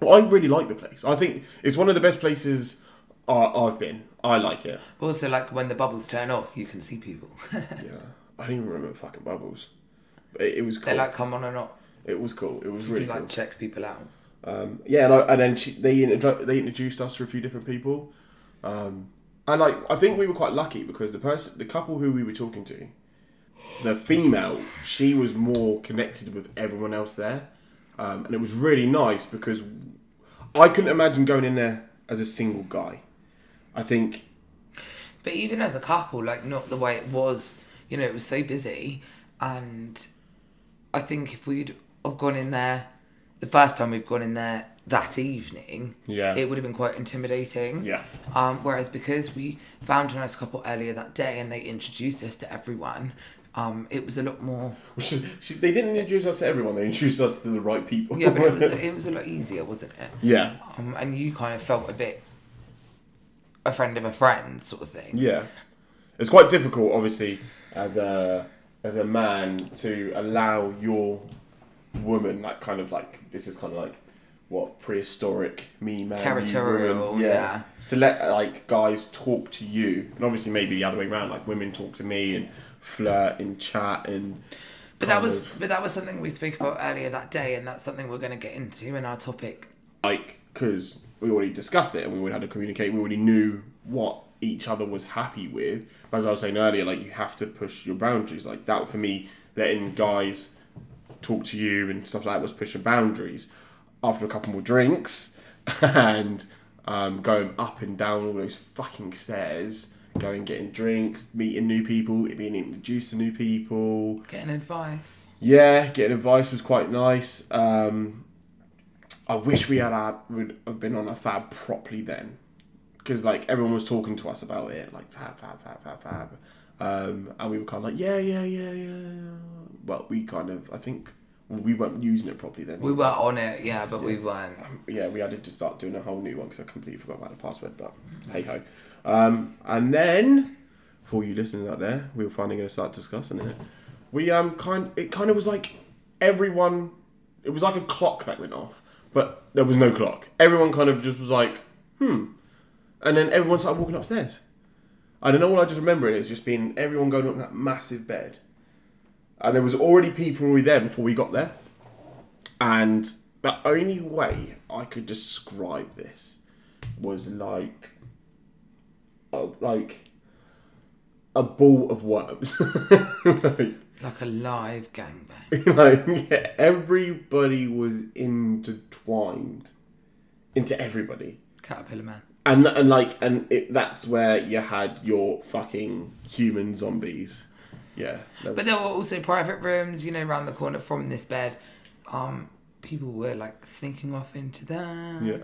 [SPEAKER 1] well, I really like the place. I think it's one of the best places I, I've been. I like it.
[SPEAKER 2] Also, like when the bubbles turn off, you can see people.
[SPEAKER 1] Yeah, I don't even remember fucking bubbles. But It, it was
[SPEAKER 2] they
[SPEAKER 1] cool.
[SPEAKER 2] like come on and off.
[SPEAKER 1] it was cool. It was really
[SPEAKER 2] You, like
[SPEAKER 1] cool.
[SPEAKER 2] check people out.
[SPEAKER 1] Um, yeah, and, I, and then she, they intro- they introduced us to a few different people, um, and like I think we were quite lucky because the person, the couple who we were talking to, the female, she was more connected with everyone else there, um, and it was really nice because I couldn't imagine going in there as a single guy. I think
[SPEAKER 2] But even as a couple, like not the way it was, you know, it was so busy, and I think if we'd have gone in there, the first time we've gone in there that evening,
[SPEAKER 1] Yeah.
[SPEAKER 2] it would have been quite intimidating.
[SPEAKER 1] Yeah.
[SPEAKER 2] Um, whereas because we found a nice couple earlier that day and they introduced us to everyone, um, it was a lot more.
[SPEAKER 1] she, she, they didn't introduce us to everyone; they introduced us to the right people.
[SPEAKER 2] Yeah, but it was, it was a lot easier, wasn't it?
[SPEAKER 1] yeah,
[SPEAKER 2] Um, and you kind of felt a bit a friend of a friend sort of thing.
[SPEAKER 1] Yeah, it's quite difficult, obviously, as a as a man to allow your woman that kind of like this is kind of like what prehistoric me man you
[SPEAKER 2] Territorial,
[SPEAKER 1] woman.
[SPEAKER 2] yeah.
[SPEAKER 1] to let like guys talk to you and obviously maybe the other way around like women talk to me and flirt and chat and
[SPEAKER 2] But that
[SPEAKER 1] kind
[SPEAKER 2] was
[SPEAKER 1] of,
[SPEAKER 2] but that was something we spoke about earlier that day, and that's something we're going to get into in our topic.
[SPEAKER 1] like because we already discussed it and we already had to communicate we already knew what each other was happy with but as i was saying earlier like you have to push your boundaries like that for me letting guys talk to you and stuff like that was pushing boundaries after a couple more drinks and um, going up and down all those fucking stairs going getting drinks meeting new people being introduced to new people
[SPEAKER 2] Getting advice.
[SPEAKER 1] yeah, getting advice was quite nice. Um, I wish we had had, would have been on a fab properly then, because like everyone was talking to us about it, like fab, fab, fab, fab, fab, um, and we were kind of like, yeah, yeah, yeah, yeah. yeah. But we kind of, I think we weren't using it properly then.
[SPEAKER 2] We were on it, yeah, but we weren't.
[SPEAKER 1] yeah, we had to start doing a whole new one because I completely forgot about the password. But hey ho. Um, and then for all you listeners out there, we were finally going to start discussing it. We um kind it kind of was like everyone. It was like a clock that went off, but there was no clock. Everyone kind of just was like, hmm, and then everyone started walking upstairs. I don't know what I just remember it is just being everyone going up that massive bed, and there was already people already there before we got there. And the only way I could describe this was like, a, like a ball of worms. like,
[SPEAKER 2] Like a live gangbang.
[SPEAKER 1] like, yeah, everybody was intertwined into everybody
[SPEAKER 2] Caterpillar man.
[SPEAKER 1] and and like and it, that's where you had your fucking human zombies. Yeah. that was-
[SPEAKER 2] But there were also private rooms, you know, round the corner from this bed. Um, people were like sneaking off into them.
[SPEAKER 1] yeah.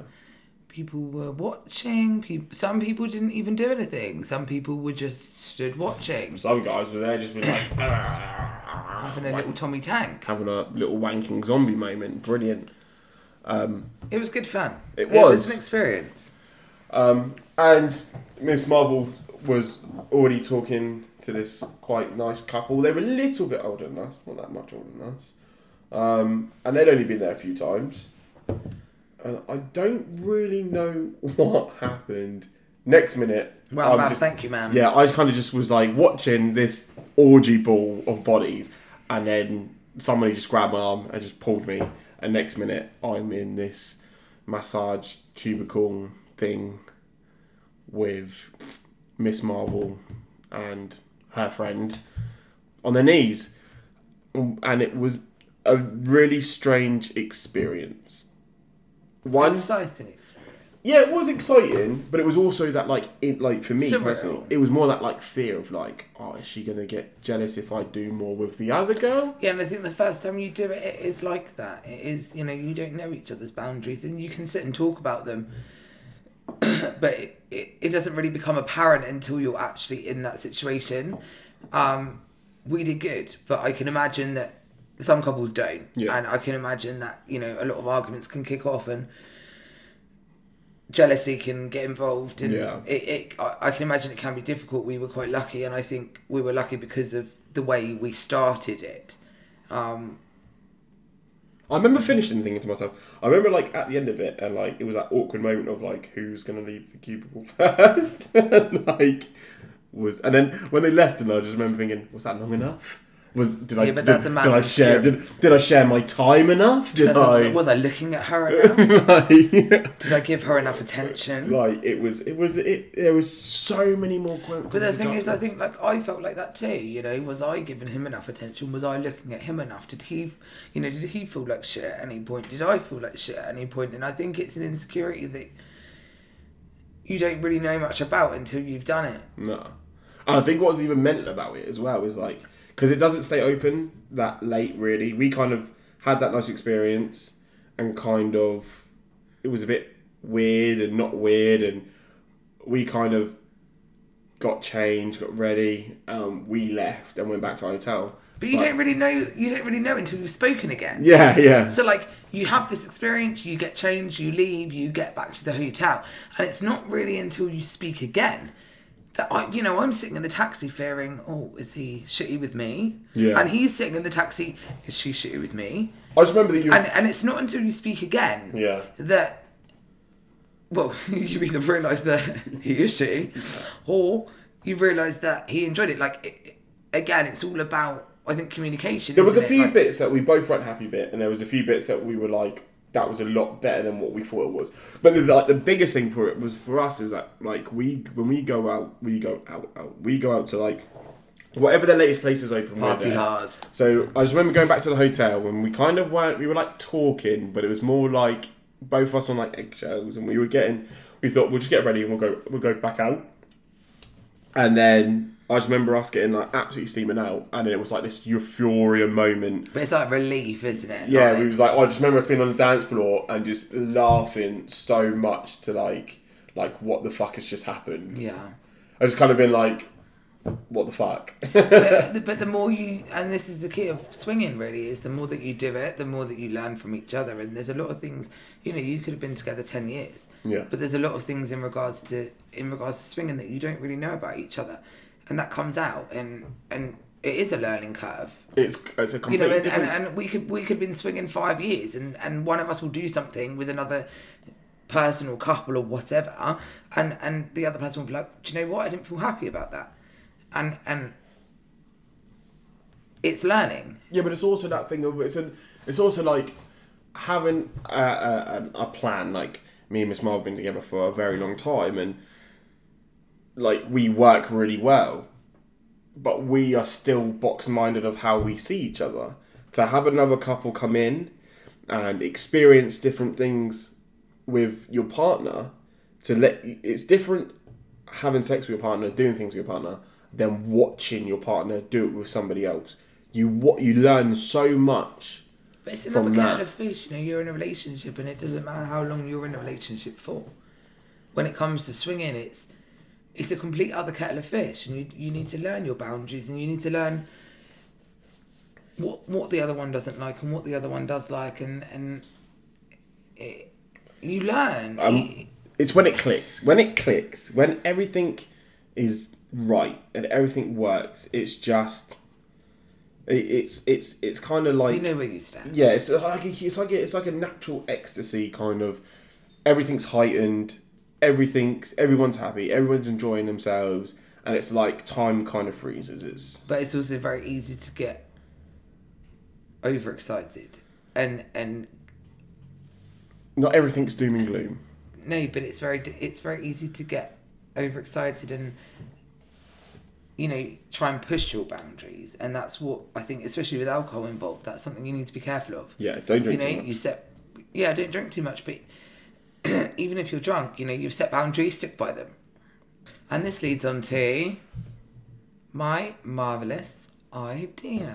[SPEAKER 2] People were watching. People, some people didn't even do anything. Some people were just stood watching,
[SPEAKER 1] Some guys were there just being like having
[SPEAKER 2] having a little Tommy Tank.
[SPEAKER 1] having a little wanking zombie moment. Brilliant.
[SPEAKER 2] It was good fun.
[SPEAKER 1] It
[SPEAKER 2] It
[SPEAKER 1] was.
[SPEAKER 2] was an experience.
[SPEAKER 1] Um, and Miss Marvel was already talking to this quite nice couple. They were a little bit older than us, not that much older than us. Um, and they'd only been there a few times. And I don't really know what happened. Next minute,
[SPEAKER 2] Well,
[SPEAKER 1] I'm
[SPEAKER 2] man,
[SPEAKER 1] Um, just-
[SPEAKER 2] thank you, man.
[SPEAKER 1] yeah, I kind of just was like watching this orgy ball of bodies, and then somebody just grabbed my arm and just pulled me, and next minute I'm in this massage cubicle thing with Miss Marvel and her friend on their knees. And it was a really strange experience. One,
[SPEAKER 2] Exciting experience.
[SPEAKER 1] yeah, it was exciting, but it was also that like it like for me
[SPEAKER 2] Surreal.
[SPEAKER 1] personally, it was more that like fear of like, oh, is she gonna get jealous if I do more with the other girl?
[SPEAKER 2] Yeah, and I think the first time you do it, it is like that. It is, you know, you don't know each other's boundaries and you can sit and talk about them, but it, it, it doesn't really become apparent until you're actually in that situation. Um, we did good, but I can imagine that some couples don't.
[SPEAKER 1] Yeah.
[SPEAKER 2] And I can imagine that, you know, a lot of arguments can kick off and jealousy can get involved and
[SPEAKER 1] Yeah.
[SPEAKER 2] it, it I, I can imagine it can be difficult we were quite lucky and i think we were lucky because of the way we started it um
[SPEAKER 1] I remember finishing thinking to myself, I remember like at the end of it and like it was that awkward moment of like who's gonna leave the cubicle first? and, like was and then when they left and I just remember thinking, was that long enough? Was did I
[SPEAKER 2] Yeah,
[SPEAKER 1] did,
[SPEAKER 2] but that's a
[SPEAKER 1] did
[SPEAKER 2] man's
[SPEAKER 1] I share
[SPEAKER 2] experience.
[SPEAKER 1] did, did I share my time enough? Did
[SPEAKER 2] that's
[SPEAKER 1] I
[SPEAKER 2] not- was i looking at her enough
[SPEAKER 1] like,
[SPEAKER 2] did i give her enough attention
[SPEAKER 1] like it was it was it there was so many more qu-
[SPEAKER 2] but the thing is i think like i felt like that too you know was i giving him enough attention was i looking at him enough did he you know did he feel like shit at any point did i feel like shit at any point and i think it's an insecurity that you don't really know much about until you've done it
[SPEAKER 1] No. And I think what's even mental about it as well is like, because it doesn't stay open that late, really. We kind of had that nice experience and kind of, it was a bit weird and not weird. And we kind of got changed, got ready. Um, we left and went back to our hotel.
[SPEAKER 2] But you
[SPEAKER 1] Like-
[SPEAKER 2] don't really know. You don't really know until you've spoken again.
[SPEAKER 1] Yeah, yeah.
[SPEAKER 2] So like you have this experience, you get changed, you leave, you get back to the hotel, and it's not really until you speak again that I, you know, I'm sitting in the taxi fearing, oh, is he shitty with me?
[SPEAKER 1] Yeah.
[SPEAKER 2] And he's sitting in the taxi, is she shitty with me?
[SPEAKER 1] I just remember that you.
[SPEAKER 2] And and it's not until you speak again
[SPEAKER 1] yeah.
[SPEAKER 2] that well you either realize that he is she or you realize that he enjoyed it like it, again it's all about i think communication
[SPEAKER 1] There was a
[SPEAKER 2] isn't it?
[SPEAKER 1] few
[SPEAKER 2] Like,
[SPEAKER 1] bits that we both weren't happy bit, and there was a few bits that we were like, that was a lot better than what we thought it was. But the, like the biggest thing for it was for us is that like we when we go out, we go out, out we go out to like whatever the latest place is open. we're
[SPEAKER 2] party
[SPEAKER 1] there.
[SPEAKER 2] hard
[SPEAKER 1] So I just remember going back to the hotel when we kind of weren't, we were like talking, but it was more like both of us on like eggshells, and we were getting, we thought we'll just get ready and we'll go, we'll go back out. And then I just remember us getting like absolutely steaming out, and then it was like this euphoria moment.
[SPEAKER 2] but it's like relief isn't it
[SPEAKER 1] Yeah,
[SPEAKER 2] Like,
[SPEAKER 1] we was like, I just remember us being on the dance floor and just laughing so much to like, like what the fuck has just happened.
[SPEAKER 2] yeah
[SPEAKER 1] I just kind of been like, what the fuck.
[SPEAKER 2] but, the- but the more you and this is the key of swinging really is the more that you do it the more that you learn from each other and there's a lot of things you know you could have been together 10 years
[SPEAKER 1] yeah.
[SPEAKER 2] but there's a lot of things in regards to in regards to swinging that you don't really know about each other and that comes out and and it is a learning curve
[SPEAKER 1] It's it's a
[SPEAKER 2] you
[SPEAKER 1] completely
[SPEAKER 2] know and,
[SPEAKER 1] different.
[SPEAKER 2] and, and we could we could have been swinging five years and and one of us will do something with another person or couple or whatever and and the other person will be like do you know what i didn't feel happy about that and and it's learning
[SPEAKER 1] Yeah, but it's also that thing of it's an, it's also like having a, a, a a plan. Like me and Miss Marvel have been together for a very long time, and like we work really well, but we are still box minded of how we see each other. To have another couple come in and experience different things with your partner, to let it's different having sex with your partner, doing things with your partner, than watching your partner do it with somebody else. You what you learn so much.
[SPEAKER 2] but it's another
[SPEAKER 1] From
[SPEAKER 2] kind
[SPEAKER 1] that-
[SPEAKER 2] of fish you know you're in a relationship and it doesn't matter how long you're in a relationship for when it comes to swinging it's it's a complete other kettle of fish and you, you need to learn your boundaries and you need to learn what what the other one doesn't like and what the other one does like and and it, you learn
[SPEAKER 1] Um, it's when it clicks. When it clicks. When everything is right and everything works. It's just. it- It's it's it's kind of like
[SPEAKER 2] you know where you stand
[SPEAKER 1] yeah. It's like a, it's like a, it's like a natural ecstasy kind of. Everything's heightened. Everything's everyone's happy. Everyone's enjoying themselves, and it's like time kind of freezes. It's
[SPEAKER 2] but it's also very easy to get overexcited and and
[SPEAKER 1] Not everything's doom and gloom.
[SPEAKER 2] No, but it's very d- it's very easy to get overexcited and you know try and push your boundaries, and that's what I think, especially with alcohol involved. That's something you need to be careful of.
[SPEAKER 1] Yeah, don't
[SPEAKER 2] You
[SPEAKER 1] drink.
[SPEAKER 2] know,
[SPEAKER 1] too much.
[SPEAKER 2] you set yeah, don't drink too much, but even if you're drunk, you know you've set boundaries, stick by them. And this leads on to my marvelous idea.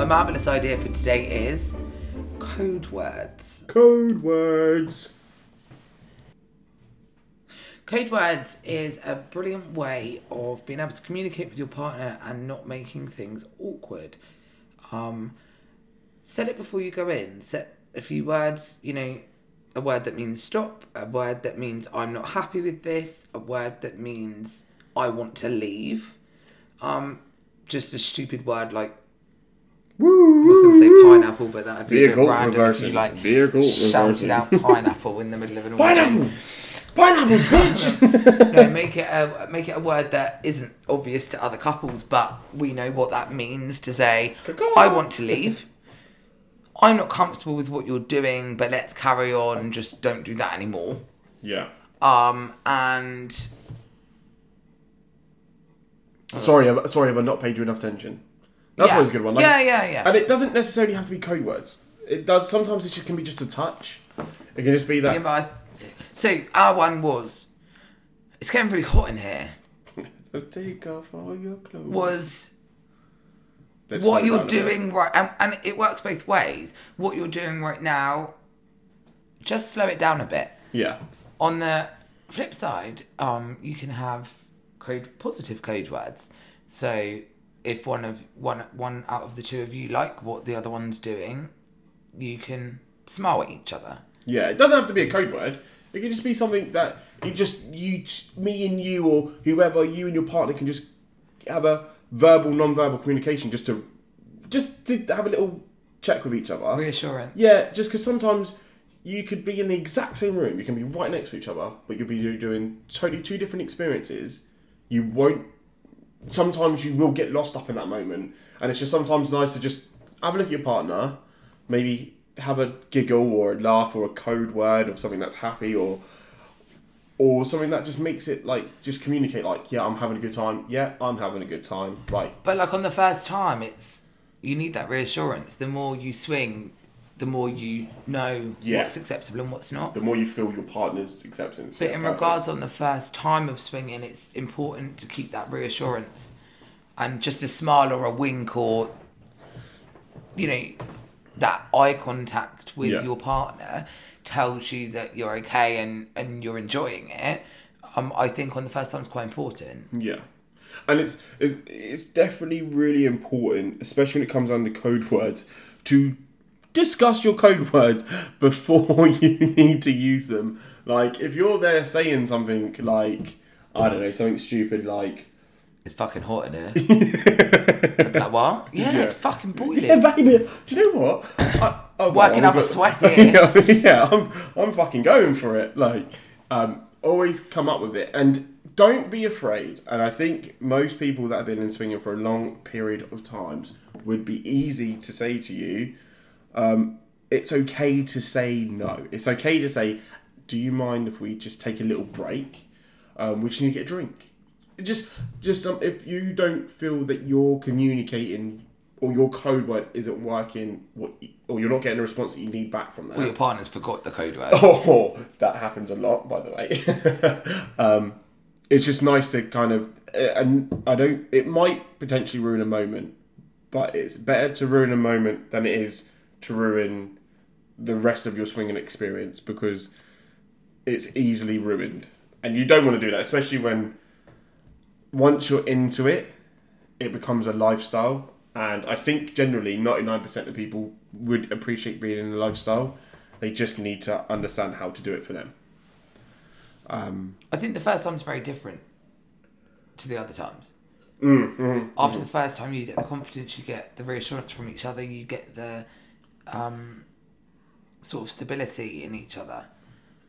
[SPEAKER 2] My marvelous idea for today is code words.
[SPEAKER 1] Code words.
[SPEAKER 2] Code words is a brilliant way of being able to communicate with your partner and not making things awkward. Um, set it before you go in. Set a few words, you know, a word that means stop, a word that means I'm not happy with this, a word that means I want to leave. Um, just a stupid word like
[SPEAKER 1] Woo!
[SPEAKER 2] I was going to say pineapple, but that would be a
[SPEAKER 1] Vehicle
[SPEAKER 2] bit random if
[SPEAKER 1] reversing.
[SPEAKER 2] you like
[SPEAKER 1] Vehicle
[SPEAKER 2] shouted
[SPEAKER 1] reversing.
[SPEAKER 2] out pineapple in the middle of an audience.
[SPEAKER 1] Pineapple. Pineapples, bitch.
[SPEAKER 2] no, make it a make it a word that isn't obvious to other couples, but we know what that means to say.
[SPEAKER 1] Caw-caw.
[SPEAKER 2] I want to leave. I'm not comfortable with what you're doing, but let's carry on. Just don't do that anymore.
[SPEAKER 1] yeah.
[SPEAKER 2] Um, and
[SPEAKER 1] Sorry, have, sorry, have I not paid you enough attention? That's
[SPEAKER 2] yeah.
[SPEAKER 1] always a good one. Like,
[SPEAKER 2] yeah, yeah, yeah.
[SPEAKER 1] And it doesn't necessarily have to be code words. It does. Sometimes it just- can be just a touch. It can just be that.
[SPEAKER 2] Yeah, but I- so our one was. It's getting pretty hot in here.
[SPEAKER 1] So take off all your clothes.
[SPEAKER 2] Was
[SPEAKER 1] Let's
[SPEAKER 2] what
[SPEAKER 1] slow
[SPEAKER 2] you're
[SPEAKER 1] down a bit.
[SPEAKER 2] doing right, and, and it works both ways. What you're doing right now, just slow it down a bit.
[SPEAKER 1] Yeah.
[SPEAKER 2] on the flip side, um, you can have code positive code words. So if one of one one out of the two of you like what the other one's doing, you can smile at each other.
[SPEAKER 1] Yeah. It doesn't have to be a code word. It can just be something that it just you, t- me and you, or whoever you and your partner can just have a verbal, non-verbal communication, just to just to have a little check with each other.
[SPEAKER 2] Reassurance.
[SPEAKER 1] Yeah, just because sometimes you could be in the exact same room, you can be right next to each other, but you'll be do- doing totally two different experiences. You won't. Sometimes you will get lost up in that moment, and it's just sometimes nice to just have a look at your partner, maybe have a giggle or a laugh or a code word or something that's happy or or something that just makes it like just communicate like yeah I'm having a good time yeah I'm having a good time right
[SPEAKER 2] But like on the first time, it's you need that reassurance. The more you swing, the more you know
[SPEAKER 1] Yeah.
[SPEAKER 2] what's acceptable and what's not.
[SPEAKER 1] the more you feel your partner's acceptance
[SPEAKER 2] But
[SPEAKER 1] yeah,
[SPEAKER 2] in
[SPEAKER 1] perfect.
[SPEAKER 2] regards on the first time of swinging, it's important to keep that reassurance, and just a smile or a wink or, you know, that eye contact with
[SPEAKER 1] Yeah.
[SPEAKER 2] your partner tells you that you're okay and and you're enjoying it. Um, I think on the first time is quite important.
[SPEAKER 1] Yeah, and it's it's it's definitely really important, especially when it comes under code words, to discuss your code words before you need to use them. Like if you're there saying something like I don't know something stupid like
[SPEAKER 2] It's fucking hot in here. I'd be like what? Yeah,
[SPEAKER 1] Yeah.
[SPEAKER 2] it's fucking boiling.
[SPEAKER 1] yeah baby do you know what I, oh,
[SPEAKER 2] Working
[SPEAKER 1] well, I
[SPEAKER 2] up a
[SPEAKER 1] was-
[SPEAKER 2] sweat here.
[SPEAKER 1] yeah, yeah I'm I'm fucking going for it like um always come up with it and don't be afraid and I think most people that have been in swinging for a long period of times would be easy to say to you it's okay to say no. It's okay to say, do you mind if we just take a little break? Um, we just need to get a drink. It Just, just um, if you don't feel that you're communicating or your code word isn't working, what, or you're not getting a response that you need back from that.
[SPEAKER 2] Well, your partner's forgot the code word.
[SPEAKER 1] Oh, that happens a lot, by the way. um, it's just nice to kind of, uh, and I don't. It might potentially ruin a moment, but it's better to ruin a moment than it is to ruin the rest of your swinging experience because it's easily ruined, and you don't want to do that, especially when once you're into it, it becomes a lifestyle. And I think generally, 99% of people would appreciate being in a lifestyle. They just need to understand how to do it for them.
[SPEAKER 2] I think the first time's very different to the other times.
[SPEAKER 1] Mm, mm-hmm,
[SPEAKER 2] After the first time, you get the confidence, you get the reassurance from each other, you get the um, sort of stability in each other.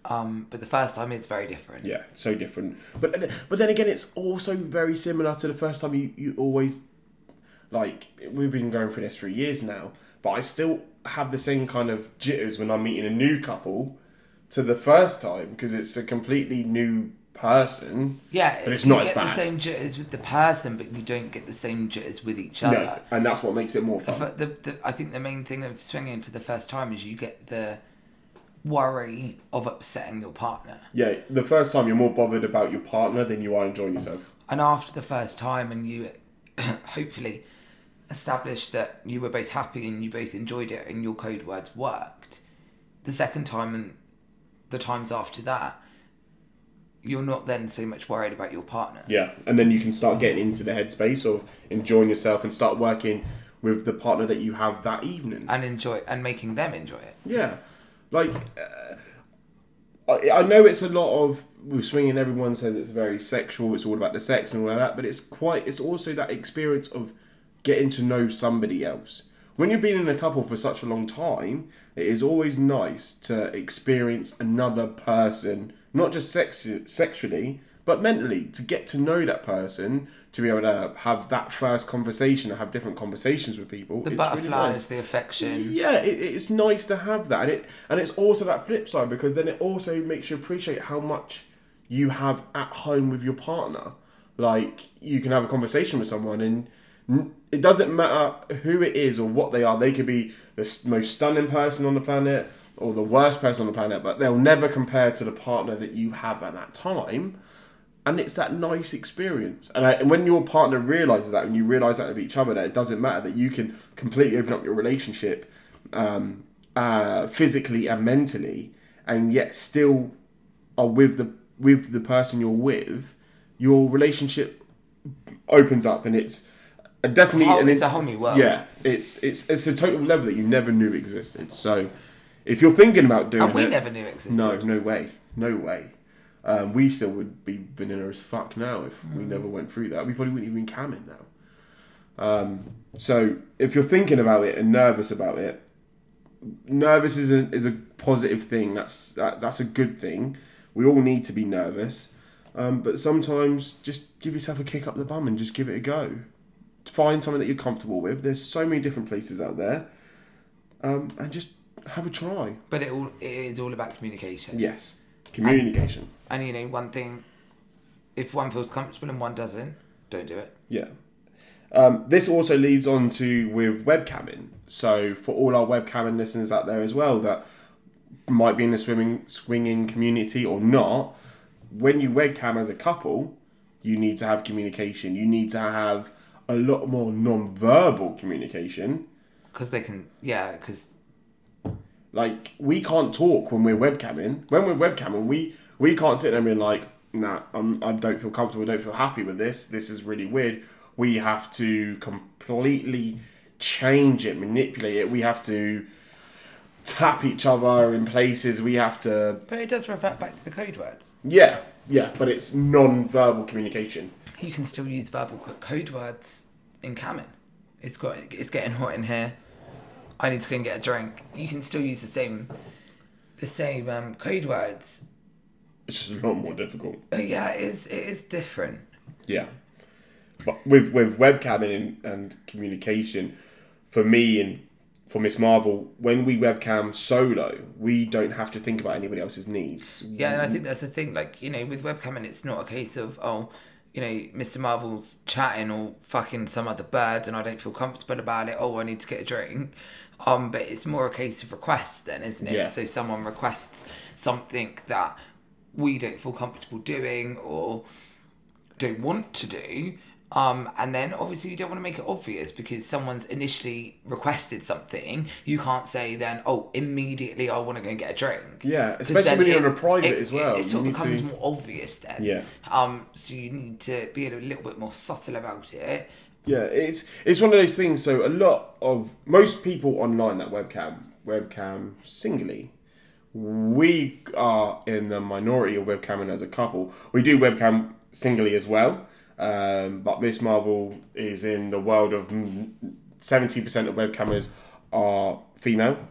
[SPEAKER 2] Um, but the first time is very different.
[SPEAKER 1] Yeah, so different. But but then again, it's also very similar to the first time you, you always Like we've been going through this for years now, but I still have the same kind of jitters when I'm meeting a new couple to the first time because it's a completely new person.
[SPEAKER 2] Yeah,
[SPEAKER 1] But it's
[SPEAKER 2] you
[SPEAKER 1] not as
[SPEAKER 2] get
[SPEAKER 1] bad.
[SPEAKER 2] the same jitters with the person, but you don't get the same jitters with each other.
[SPEAKER 1] No, and that's what makes it more
[SPEAKER 2] The,
[SPEAKER 1] fun.
[SPEAKER 2] fir- the, the, I think the main thing of swinging for the first time is you get the worry of upsetting your partner.
[SPEAKER 1] Yeah, the first time you're more bothered about your partner than you are enjoying yourself.
[SPEAKER 2] And after the first time, and you hopefully established that you were both happy and you both enjoyed it and your code words worked, the second time and the times after that, you're not then so much worried about your partner.
[SPEAKER 1] Yeah, and then you can start getting into the headspace of enjoying yourself and start working with the partner that you have that evening.
[SPEAKER 2] And enjoy and making them enjoy it.
[SPEAKER 1] Yeah, like uh, I, I know it's a lot of with swinging. Everyone says it's very sexual. It's all about the sex and all of that. But it's quite. It's also that experience of getting to know somebody else. When you've been in a couple for such a long time, it is always nice to experience another person, not just sex, sexually, but mentally, to get to know that person, to be able to have that first conversation, and have different conversations with people.
[SPEAKER 2] The
[SPEAKER 1] It's really
[SPEAKER 2] butterflies,
[SPEAKER 1] nice.
[SPEAKER 2] the affection.
[SPEAKER 1] Yeah, it, it's nice to have that, and it and it's also that flip side because then it also makes you appreciate how much you have at home with your partner. Like you can have a conversation with someone, and n- it doesn't matter who it is or what they are. They could be the s- most stunning person on the planet or the worst person on the planet, but they'll never compare to the partner that you have at that time. And it's that nice experience. And, I, and when your partner realizes that, when you realize that of each other, that it doesn't matter, that you can completely open up your relationship um, uh, physically and mentally, and yet still are with the with the person you're with, your relationship opens up, and it's a definitely
[SPEAKER 2] Whole-
[SPEAKER 1] and
[SPEAKER 2] it's
[SPEAKER 1] it-
[SPEAKER 2] a whole new world.
[SPEAKER 1] Yeah, it's it's it's a total level that you never knew existed. So, if you're thinking about doing
[SPEAKER 2] And we
[SPEAKER 1] it,
[SPEAKER 2] never knew existed.
[SPEAKER 1] no, no way, no way. Um, we still would be vanilla as fuck now if we never went through that. We probably wouldn't even cam it now. Um, so if you're thinking about it and nervous about it, nervous is a, is a positive thing. That's that, that's a good thing. We all need to be nervous, um, but sometimes just give yourself a kick up the bum and just give it a go. Find something that you're comfortable with. There's so many different places out there, um, and just have a try.
[SPEAKER 2] But it all it is all about communication.
[SPEAKER 1] Yes, communication.
[SPEAKER 2] And you know, one thing if one feels comfortable and one doesn't, don't do it.
[SPEAKER 1] Yeah. Um, this also leads on to with webcamming. So for all our webcamming listeners out there as well that might be in the swimming swinging community or not, when you webcam as a couple, you need to have communication. You need to have a lot more non-verbal communication.
[SPEAKER 2] Because they can, yeah, because
[SPEAKER 1] Like we can't talk when we're webcamming. When we're webcamming, we we can't sit there and be like, "Nah, I'm, I don't feel comfortable. Don't feel happy with this. This is really weird." We have to completely change it, manipulate it. We have to tap each other in places. We have to,
[SPEAKER 2] But it does revert back to the code words.
[SPEAKER 1] yeah, yeah. But it's non-verbal communication.
[SPEAKER 2] You can still use verbal c- code words in camming. It's got it's getting hot in here. I need to go and get a drink. You can still use the same the same um, code words.
[SPEAKER 1] It's just a lot more difficult.
[SPEAKER 2] But yeah, it is it is different.
[SPEAKER 1] Yeah. But with with webcamming and, and communication, for me and for Miss Marvel, when we webcam solo, we don't have to think about anybody else's needs.
[SPEAKER 2] Yeah, and I think that's the thing. Like you know, with webcamming, it's not a case of oh, you know, Mr. Marvel's chatting or fucking some other bird, and I don't feel comfortable about it. Oh, I need to get a drink. Um, but it's more a case of request, then, isn't it?
[SPEAKER 1] Yeah.
[SPEAKER 2] So someone requests something that we don't feel comfortable doing or don't want to do. Um, and then obviously you don't want to make it obvious because someone's initially requested something. You can't say then, oh, immediately I want to go and get a drink.
[SPEAKER 1] Yeah,
[SPEAKER 2] 'Cause
[SPEAKER 1] especially
[SPEAKER 2] then
[SPEAKER 1] when you're
[SPEAKER 2] it-
[SPEAKER 1] on a private
[SPEAKER 2] it-
[SPEAKER 1] as well.
[SPEAKER 2] It, it sort
[SPEAKER 1] You
[SPEAKER 2] of
[SPEAKER 1] need to-
[SPEAKER 2] becomes more obvious then.
[SPEAKER 1] Yeah.
[SPEAKER 2] Um. So you need to be a little bit more subtle about it.
[SPEAKER 1] Yeah, it's it's one of those things. So a lot of most people online that webcam webcam singly. We are in the minority of webcamming as a couple. We do webcam singly as well, um, but Miss Marvel is in the world of seventy percent of webcammers are female,